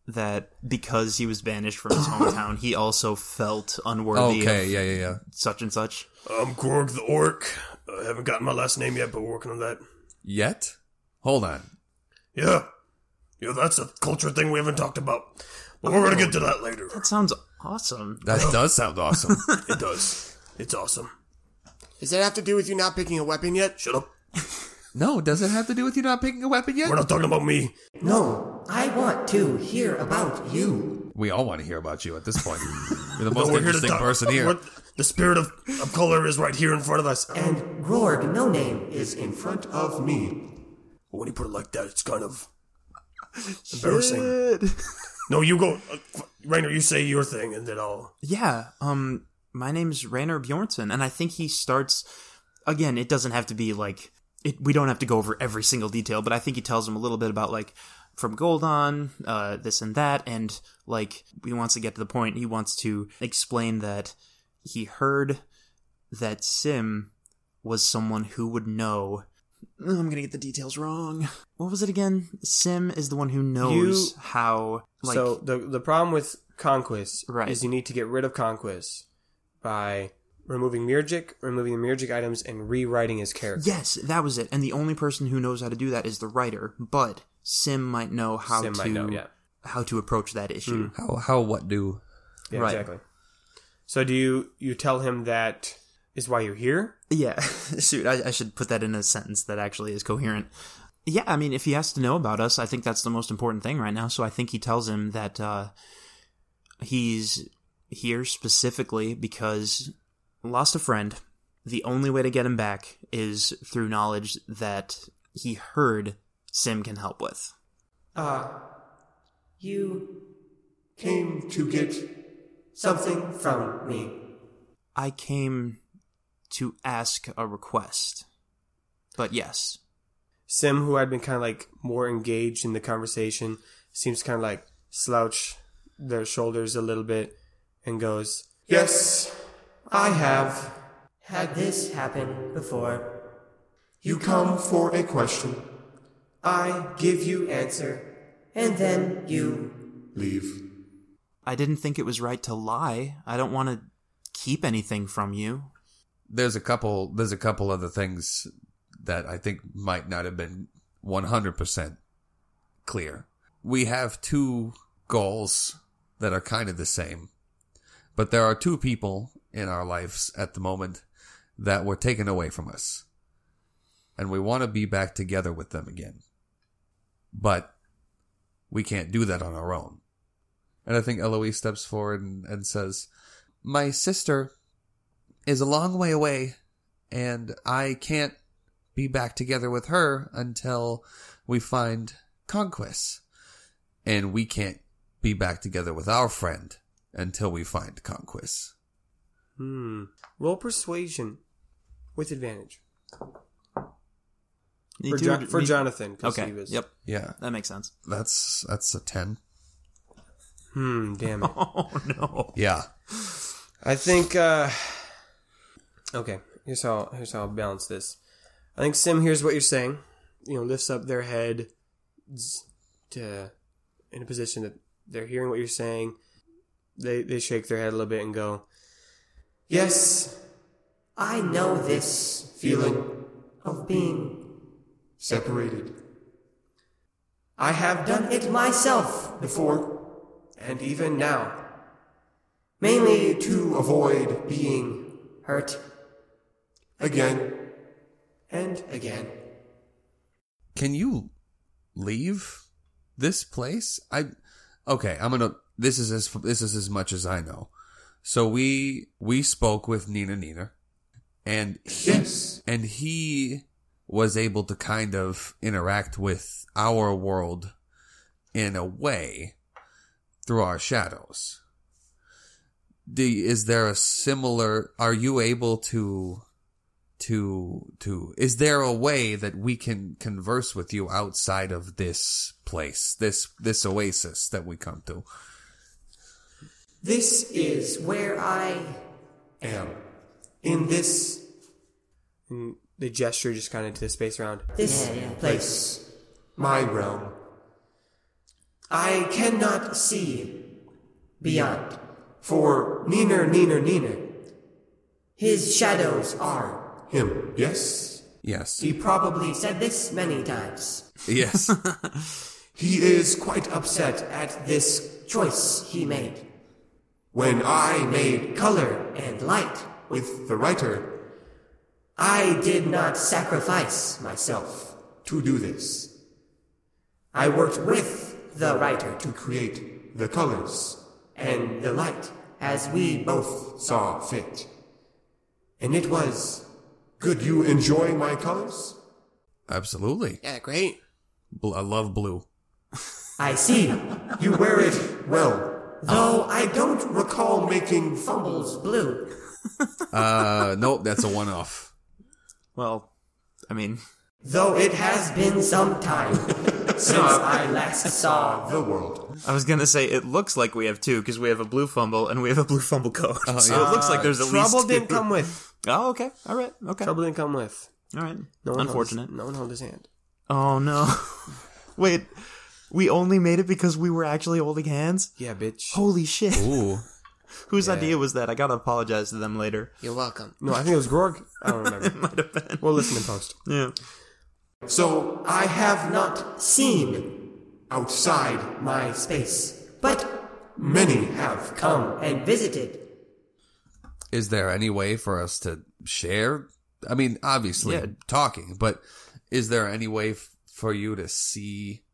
that because he was banished from <coughs> his hometown, he also felt unworthy okay, of yeah, yeah, yeah. such and such. I'm Gorg the Orc. I haven't gotten my last name yet, but we're working on that. Yet, hold on. Yeah. Yeah, that's a culture thing we haven't talked about. But we're going to get to that later. That sounds awesome. That does sound awesome. It does. It's awesome. Does that have to do with you not picking a weapon yet? Shut up. No, does it have to do with you not picking a weapon yet? We're not talking about me. No, I want to hear about you. We all want to hear about you at this <laughs> point. You're the most We're here to interesting talk. person here. We're- the spirit of, of color is right here in front of us. And Grorg No Name is in front of me. When you put it like that, it's kind <laughs> of embarrassing. No, you go, uh, f- Rainer. You say your thing, and then I'll. Yeah. Um, my name's Rainer Bjornsson, and I think he starts. Again, it doesn't have to be like it. We don't have to go over every single detail, but I think he tells him a little bit about like from Goldon, uh, this and that, and like he wants to get to the point. He wants to explain that he heard that Sim was someone who would know. I'm gonna get the details wrong. What was it again? Sim is the one who knows how. Like, so the the problem with conquest Right. is you need to get rid of conquest by removing Mirjik, removing the Mirjik items, and rewriting his character. Yes, that was it. And the only person who knows how to do that is the writer, but Sim might know how Sim to might know, yeah. Hmm. how to approach that issue. How, how, what do? Yeah, Right. exactly. So do you you tell him that is why you're here? Yeah, <laughs> shoot, I, I should put that in a sentence that actually is coherent. Yeah, I mean, if he has to know about us, I think that's the most important thing right now. So I think he tells him that uh, he's here specifically because lost a friend. The only way to get him back is through knowledge that he heard Sim can help with. Ah, you came to get something from me. I came to ask a request. But yes. Sim, who had been kind of like more engaged in the conversation, seems kind of like slouch their shoulders a little bit and goes, Yes, I have had this happen before. You come for a question. I give you answer, and then you leave. I didn't think it was right to lie. I don't want to keep anything from you. There's a couple. There's a couple other things that I think might not have been 100 percent clear. We have two goals that are kind of the same, but there are two people in our lives at the moment that were taken away from us, and we want to be back together with them again. But we can't do that on our own. And I think Eloise steps forward and, and says, "My sister." is a long way away, and I can't be back together with her until we find Conquest. And we can't be back together with our friend until we find Conquest. "Hmm, roll persuasion with advantage for, Need to- Jo- for need- Jonathan." 'cause Okay. he was- Yep. Yeah, That makes sense. <laughs> that's that's a ten. Hmm. Damn it. Oh no. Yeah, I think. uh Okay. Here's how. Here's how I'll balance this. I think Sim hears what you're saying. You know, lifts up their head z- to in a position that they're hearing what you're saying. They they shake their head a little bit and go, Yes, I know this feeling of being separated. I have done it myself before, and even now. mainly to avoid being hurt again and again. can you leave this place? I okay. I'm gonna. This is as this is as much as I know. So we we spoke with Nina Nina, and he- Yes. and he was able to kind of interact with our world in a way through our shadows. Do, is there a similar? Are you able to? to to is there a way that we can converse with you outside of this place this this oasis that we come to This is where I am. In this And they gesture just kind of to the space around. this place, my realm. I cannot see beyond, for Neener, Neener, Neener. His shadows are him. Yes, yes he probably said this many times. yes He is quite upset at this choice he made. When I made color and light with the writer, I did not sacrifice myself to do this. I worked with the writer to create the colors and the light as we both saw fit. And it was. Could you enjoy my colors? Absolutely. Yeah, great. Bl- I love blue. I see. You wear it well. Though I don't recall making fumbles blue. Uh, nope, that's a one off. Well, I mean, Though it has been some time since I last saw the world. I was gonna say it looks like we have two because we have a blue fumble and we have a blue fumble code. <laughs> so it looks like there's at least Oh, Trouble two. didn't come with. Oh, okay. All right. Okay. Trouble didn't come with. All right. No one held his- Unfortunate. no one held his hand. Oh no. <laughs> Wait. We only made it because we were actually holding hands? Yeah, bitch. Holy shit. Ooh. <laughs> Whose idea was that? I gotta apologize to them later. You're welcome. No, I think it was Gorg. I <laughs> don't remember. Might have been. We'll listen in post. Yeah. So I have not seen outside my space, but many have come and visited. Is there any way for us to share? I mean, obviously Yeah. talking, but is there any way f- for you to see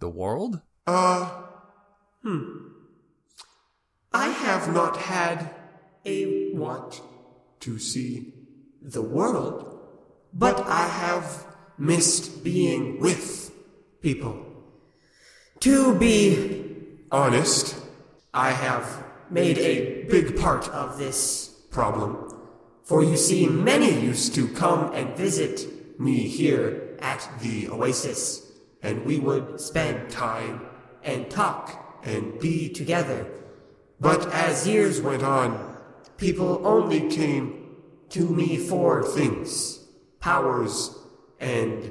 the world? Uh, hmm. I have not had a want to see the world, but I have missed being with people. To be honest, I have made a big part of this problem. For you see, many used to come and visit me here at the oasis, and we would spend time and talk and be together. But as years went on, people only came to me for things, powers, and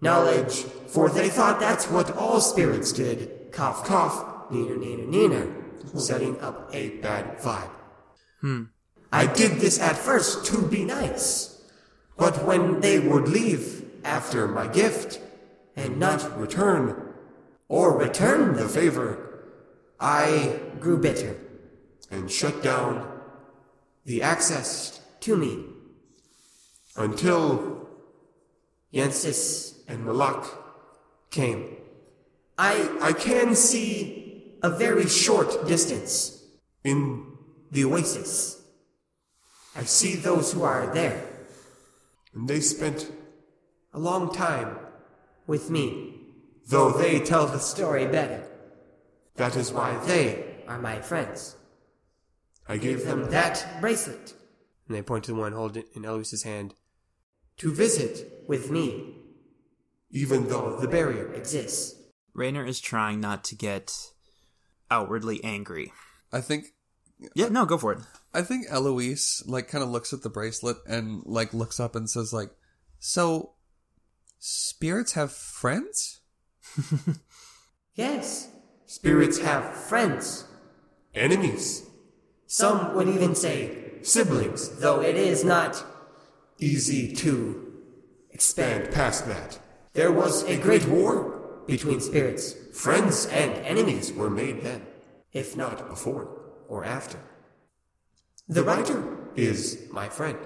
knowledge, for they thought that's what all spirits did. Cough, cough, neener, neener, neener, setting up a bad vibe. I did this at first to be nice, but when they would leave after my gift and not return or return the favor, I grew bitter and shut down the access to me until Yensis and Malak came. I I can see a very short distance in the oasis. I see those who are there. And they spent a long time with me. Though they tell the story better. That is why they are my friends. I gave them that bracelet And they point to the one holding in Eloise's hand. to visit with me. Even though the barrier exists. Rainer is trying not to get outwardly angry. I think Yeah, no, go for it. I think Eloise like kind of looks at the bracelet and like looks up and says like, "So spirits have friends?" Yes, spirits have friends. Enemies. Some would even say siblings, though it is not easy to expand past that. There was a great war between spirits. Friends and enemies were made then, if not before or after. The writer is my friend.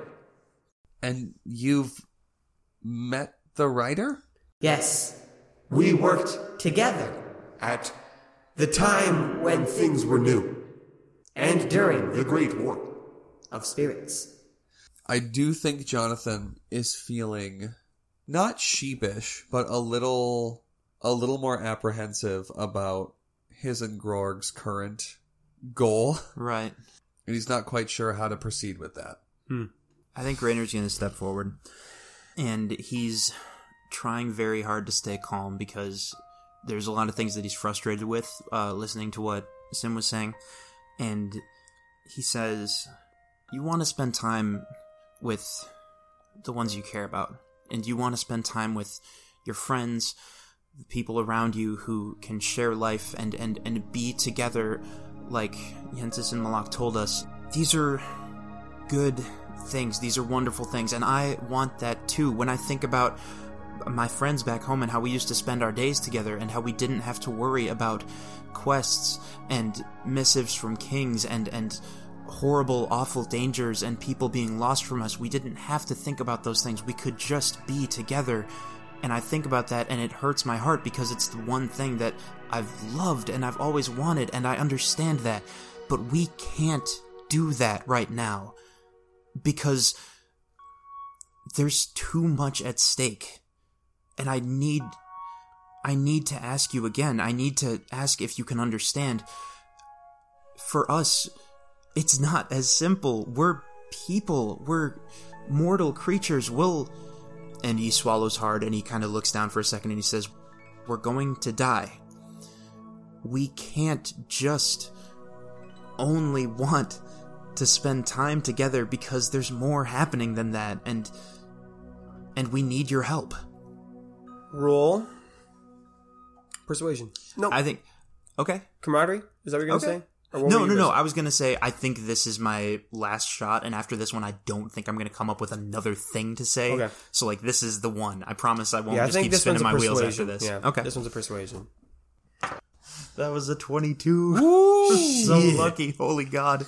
And you've met the writer? Yes, we worked together at the time when things were new and during the Great War of Spirits. I do think Jonathan is feeling not sheepish, but a little a little more apprehensive about his and Grog's current goal, Right. and he's not quite sure how to proceed with that. I think Rainer's going to step forward. And he's trying very hard to stay calm because there's a lot of things that he's frustrated with uh, listening to what Sim was saying. And he says, You want to spend time with the ones you care about. And you want to spend time with your friends, the people around you who can share life and, and, and be together, like Yensis and Malak told us. These are good things. These are wonderful things. And I want that too. When I think about my friends back home and how we used to spend our days together and how we didn't have to worry about quests and missives from kings and, and horrible, awful dangers and people being lost from us, we didn't have to think about those things. We could just be together. And I think about that and it hurts my heart because it's the one thing that I've loved and I've always wanted and I understand that. But we can't do that right now because there's too much at stake. And I need I need to ask you again. I need to ask if you can understand. For us, it's not as simple. We're people. We're mortal creatures. We'll. And he swallows hard and he kind of looks down for a second and he says, We're going to die. We can't just only want to spend time together because there's more happening than that and and we need your help. Roll. Persuasion. No. I think okay. camaraderie? Is that what you're going to Okay. say? Or what no, were no, you no. gonna I was gonna say I think this is my last shot, and after this one, I don't think I'm gonna come up with another thing to say. Okay. So like, this is the one. I promise I say? won't Yeah, I just think keep this one's spinning a my persuasion. wheels after this. Yeah, okay. This one's a persuasion. that was a 22. <laughs> so lucky. Holy God.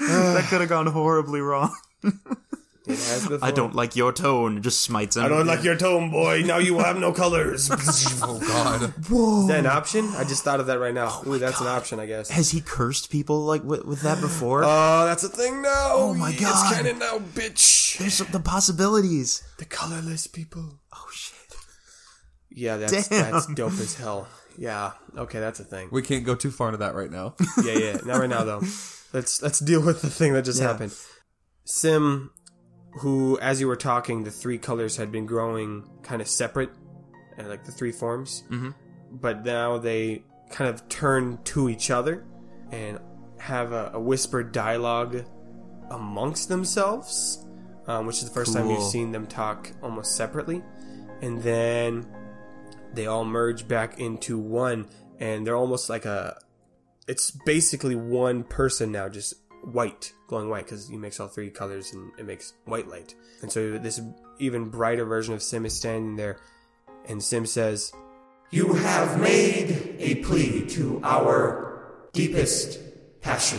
that could have gone horribly wrong. It has before. <laughs> I don't like your tone. It just smites him. your tone, boy. Now you have no colors. <laughs> Is Oh God. that an option? I just thought of that right now. Ooh, that's an option, I guess. Has he cursed people like with, with that before? Oh, that's a thing now. Oh my God. It's canon now, bitch. There's the possibilities. The colorless people. Oh shit. Yeah, that's Damn. that's dope as hell. Yeah. Okay, that's a thing. <laughs> We can't go too far into that right now. <laughs> Yeah, yeah. Not right now though. Let's let's deal with the thing that just Yeah. happened. Sim, who as you were talking, the three colors had been growing kind of separate, and like the three forms. Mhm. But now they kind of turn to each other and have a, a whispered dialogue amongst themselves, um, which is the first time you've Cool. seen them talk almost separately. And then they all merge back into one, and they're almost like a. It's basically one person now, just white, glowing white, because you mix all three colors and it makes white light. And so this even brighter version of Sim is standing there, and Sim says, You have made a plea to our deepest passion,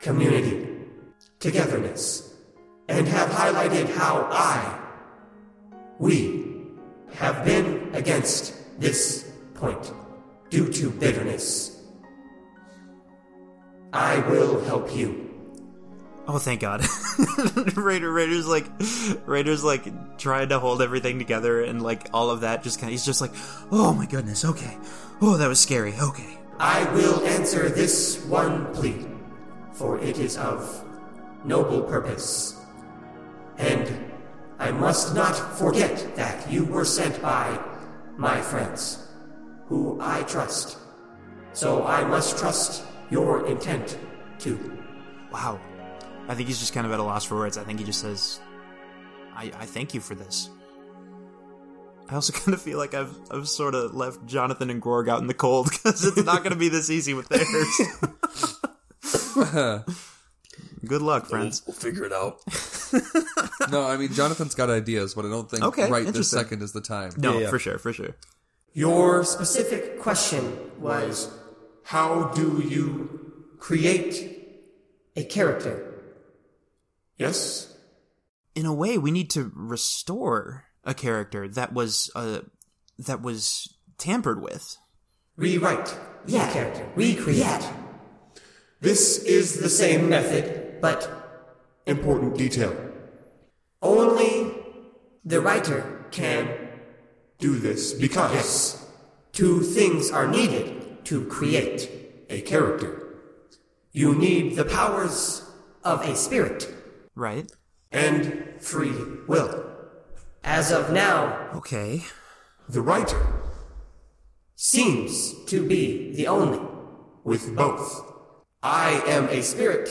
community, togetherness, and have highlighted how I, we, have been against this point due to bitterness. I will help you. Oh, thank God. <laughs> Raider, Raider's like, Raider's like trying to hold everything together and like all of that. Just kind of, he's just like, oh my goodness, okay. Oh, that was scary. Okay. I will answer this one plea, for it is of noble purpose. And I must not forget that you were sent by my friends, who I trust. So I must trust your intent, too. Wow. I think he's just kind of at a loss for words. I think he just says, I, I thank you for this. I also <laughs> kind of feel like I've I've sort of left Jonathan and Gorg out in the cold <laughs> because it's not going to be this easy <laughs> with theirs. Good luck, friends. We'll figure it out. <laughs> No, I mean Jonathan's got ideas, but I don't think Okay, right this interesting. second is the time. No, yeah. for sure, for sure. Your specific question was How do you create a character? Yes? in a way we need to restore a character that was uh that was tampered with Rewrite. Yeah. Character. Recreate. This is the same method, but important detail. Only the writer can do this because two things are needed to create a character. You need the powers of a spirit right and free will. As of now, okay the writer seems to be the only with both. I am a spirit,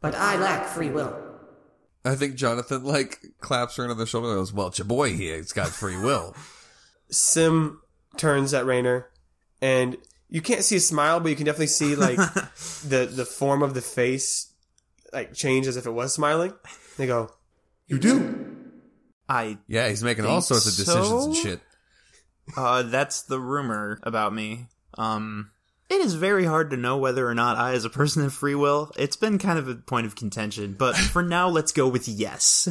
but I lack free will. I think Jonathan like claps her on the shoulder and goes, "Well, it's your boy here. He's got free will." Sim turns at Rainer, and you can't see a smile, but you can definitely see like the the form of the face like change as if it was smiling. They go, You do? i yeah, he's making Think all sorts of decisions and so? shit. uh that's the rumor about me um It is very hard to know whether or not I, as a person, have free will. It's been kind of a point of contention, but for now, let's go with yes.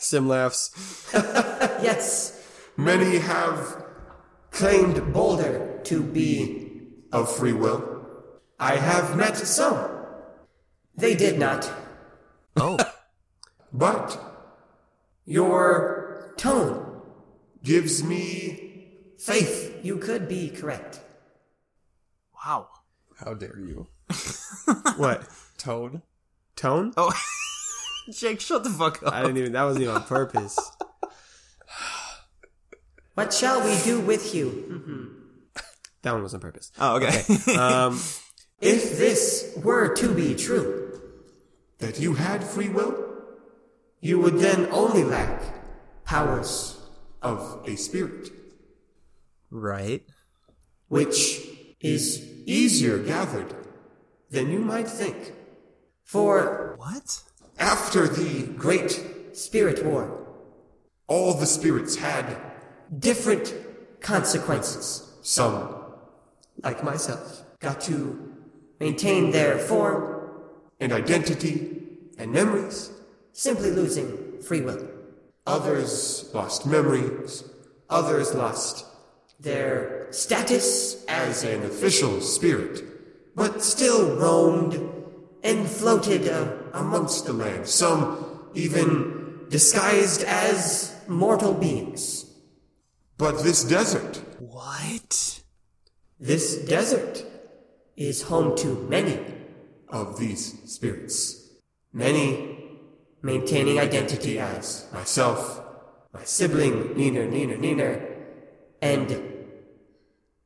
Sim laughs. Yes, many have claimed Boulder to be of free will. I have met some. They did not. Oh, But your tone gives me faith. You could be correct. Wow. How dare you? What? Tone? Tone? Oh, <laughs> Jake, shut the fuck up. I didn't even. That wasn't even on purpose. What shall we do with you? That one was on purpose. oh, okay. <laughs> Um, If this were to be true, that you had free will, you would then only lack powers of a spirit, right. which is easier gathered than you might think. For What? after the Great Spirit War, all the spirits had different consequences. Some, like myself, got to maintain their form and identity and memories, simply losing free will. Others lost memories, others lost their status as an official spirit, but still roamed and floated uh, amongst the land, some even disguised as mortal beings. But this desert, What? this desert is home to many of these spirits. Many maintaining identity as myself, my sibling, Nina, Nina, Nina, and.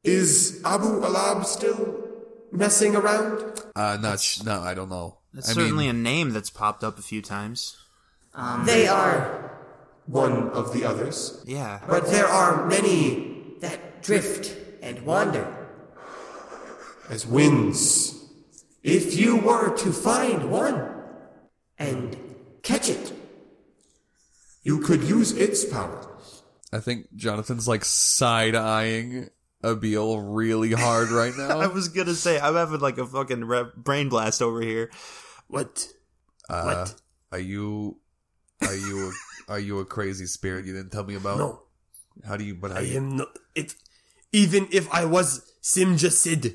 Is Abu Alab still messing around? Uh, not, sh- no, I don't know. That's I certainly mean, a name that's popped up a few times. They are one of the others. Yeah. But there are many that drift and wander. As winds. If you were to find one and catch it, you could use its power. I think Jonathan's like side eyeing Abiel really hard right <laughs> I now. was gonna say I'm having like a fucking re- brain blast over here. What? uh, are you, are you, are you a crazy spirit you didn't tell me about? No, How do you, but how I do you, am not. If even if I was Sim just said,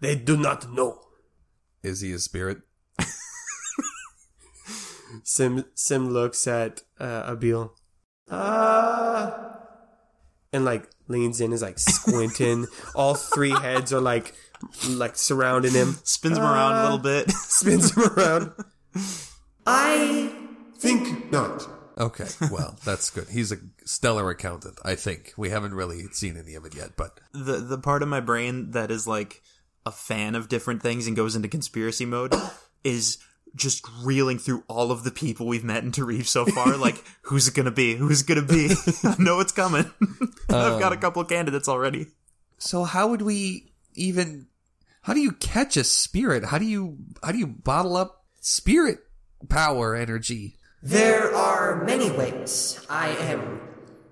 they do not know. is he a spirit? Sim Sim looks at uh, Abil, uh, and like leans in, is like squinting. All three heads are like like surrounding him, <laughs> Spins him around a little Uh. bit. <laughs> spins him around. I think not. <laughs> Okay, well, that's good. He's a stellar accountant, I think. We haven't really seen any of it yet, but the the part of my brain that is like a fan of different things and goes into <coughs> conspiracy mode is just reeling through all of the people we've met in Tarif so far. Like, who's it gonna be? Who's it gonna be? I know it's coming. I've got a couple of candidates already. So how would we even? How do you catch a spirit? How do you how do you bottle up spirit power energy? There are many ways. I am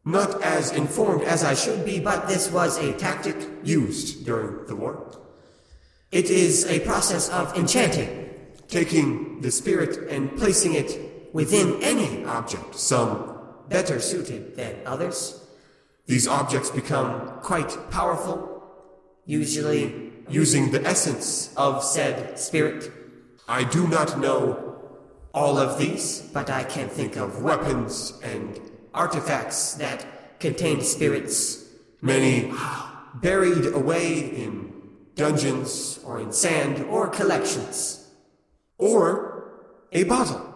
not as informed as I should be, but this was a tactic used during the war. It is a process of enchanting, taking the spirit and placing it within any object, some better suited than others. These objects become quite powerful, usually using the essence of said spirit. I do not know all of these, but I can think of weapons and artifacts that contain spirits, many buried away in dungeons or in sand or collections, or a bottle.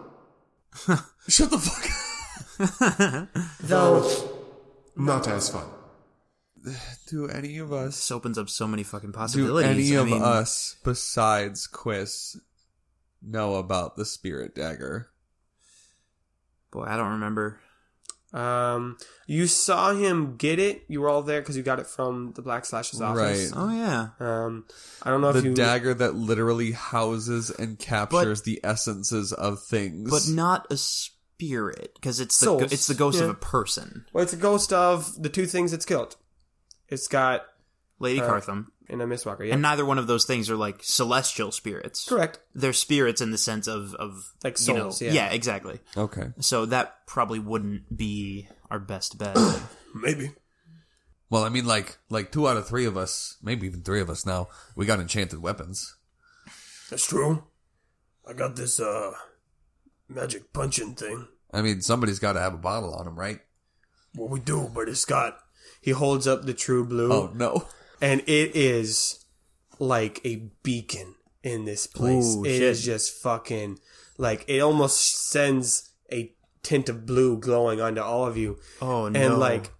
Shut the fuck. up. Though not as fun. Do any of us? This opens up so many fucking Do possibilities. any I of mean, uh, us besides Quiz know about the spirit dagger? Boy, I don't remember. Um, you saw him get it. You were all there because you got it from the Black Slash's office. Oh yeah. Um, I don't know The if you dagger that literally houses and captures the essences of things. But not a spirit, because it's the Souls. go- it's the ghost of Yeah. a person. Well, it's a ghost of the two things it's killed. It's got Lady Cartham. and a mistwalker. Uh, Yeah, And neither one of those things are like celestial spirits. correct. They're spirits in the sense of of Like you know- souls, yeah. exactly. Okay. So that probably wouldn't be our best <coughs> bet. Maybe. Well, I mean, like, like two out of three of us, maybe even three of us now, we got enchanted weapons. That's true. I got this uh magic punching thing. I mean, somebody's got to have a bottle on them, right? What we do, but it's got. He holds up the true blue, Oh no! <laughs> and it is like a beacon in this place. Ooh, It is shit. just fucking like it almost sends a tint of blue glowing onto all of you, oh no! and like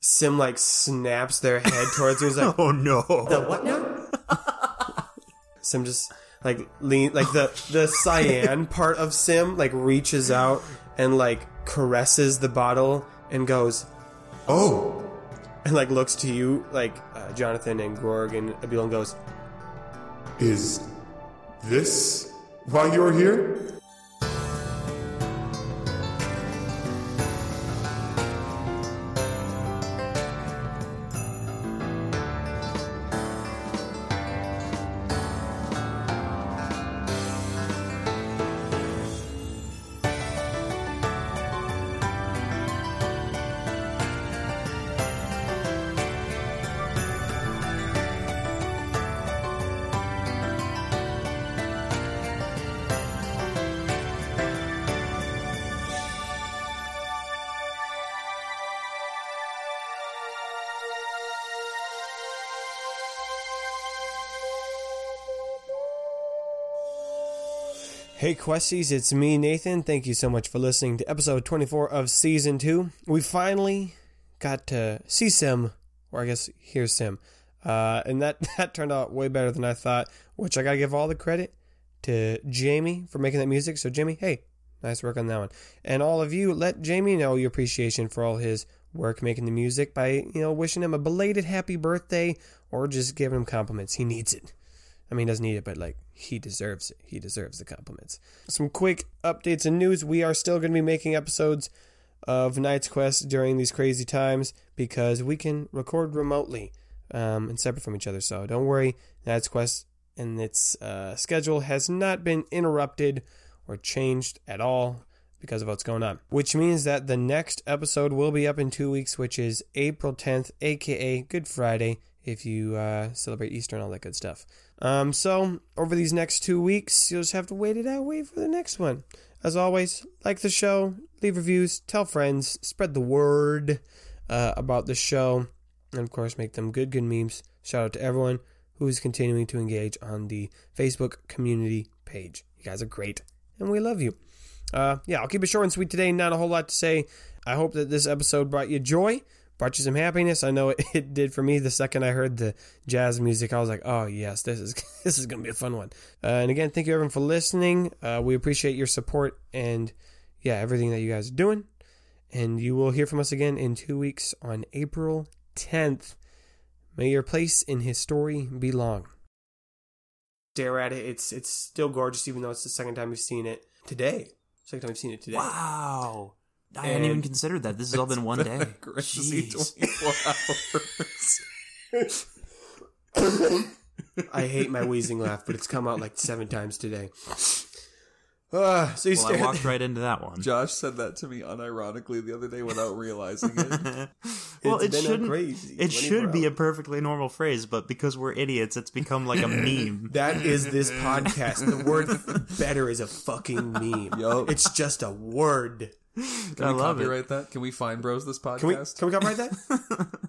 Sim like snaps their head towards you. He's like, <laughs> oh no! The what now? <laughs> Sim just like lean like the the cyan part of Sim like reaches out and like caresses the bottle and goes Oh, and like looks to you like uh, Jonathan and Gorg and Abil and goes Is this why you're here? Hey Questies, it's me Nathan. Thank you so much for listening to episode 24 of season 2. We finally got to see Sim, or I guess hear Sim. Uh, and that, <laughs> that turned out way better than I thought, which I gotta give all the credit to Jamie for making that music. So Jamie, hey, nice work on that one. And all of you, let Jamie know your appreciation for all his work making the music by, you know, wishing him a belated happy birthday or just giving him compliments. He needs it. I mean, he doesn't need it, but like he deserves it. He deserves the compliments. Some quick updates and news. We are still going to be making episodes of Knight's Quest during these crazy times because we can record remotely um, and separate from each other. So don't worry, Knight's Quest and its uh, schedule has not been interrupted or changed at all because of what's going on. Which means that the next episode will be up in two weeks, which is April 10th, aka Good Friday, if you uh, celebrate Easter and all that good stuff. Um, so, over these next two weeks, you'll just have to wait it out, wait for the next one. As always, like the show, leave reviews, tell friends, spread the word uh, about the show, and of course, make them good, good memes. Shout out to everyone who is continuing to engage on the Facebook community page. You guys are great, and we love you. Uh, yeah, I'll keep it short and sweet today. Not a whole lot to say. I hope that this episode brought you joy, brought you some happiness. I know it, <laughs> it did for me. The second I heard the jazz music, I was like, "Oh yes, this is <laughs> this is gonna be a fun one." Uh, and again, thank you everyone for listening. Uh, we appreciate your support and yeah, everything that you guys are doing. And you will hear from us again in two weeks on April 10th. May your place in his story be long. Stare at it. It's it's still gorgeous, even though it's the second time we've seen it today. Second time we've seen it today. Wow! I hadn't And- even considered that. This has all been one day. <laughs> Jeez. <laughs> I hate my wheezing laugh, but it's come out like seven times today. <sighs> Ah, so you Well, stare I at walked right into that one. Josh said that to me unironically the other day without realizing it. well, It's it been a shouldn't. crazy it 24 should be a hours. perfectly normal phrase, but because we're idiots, it's become <laughs> like a meme. That is this podcast. The word better is a fucking meme. Yup. It's just a word. Can I we love it. copyright that? Can we find bros this podcast? Can we, can we copyright that?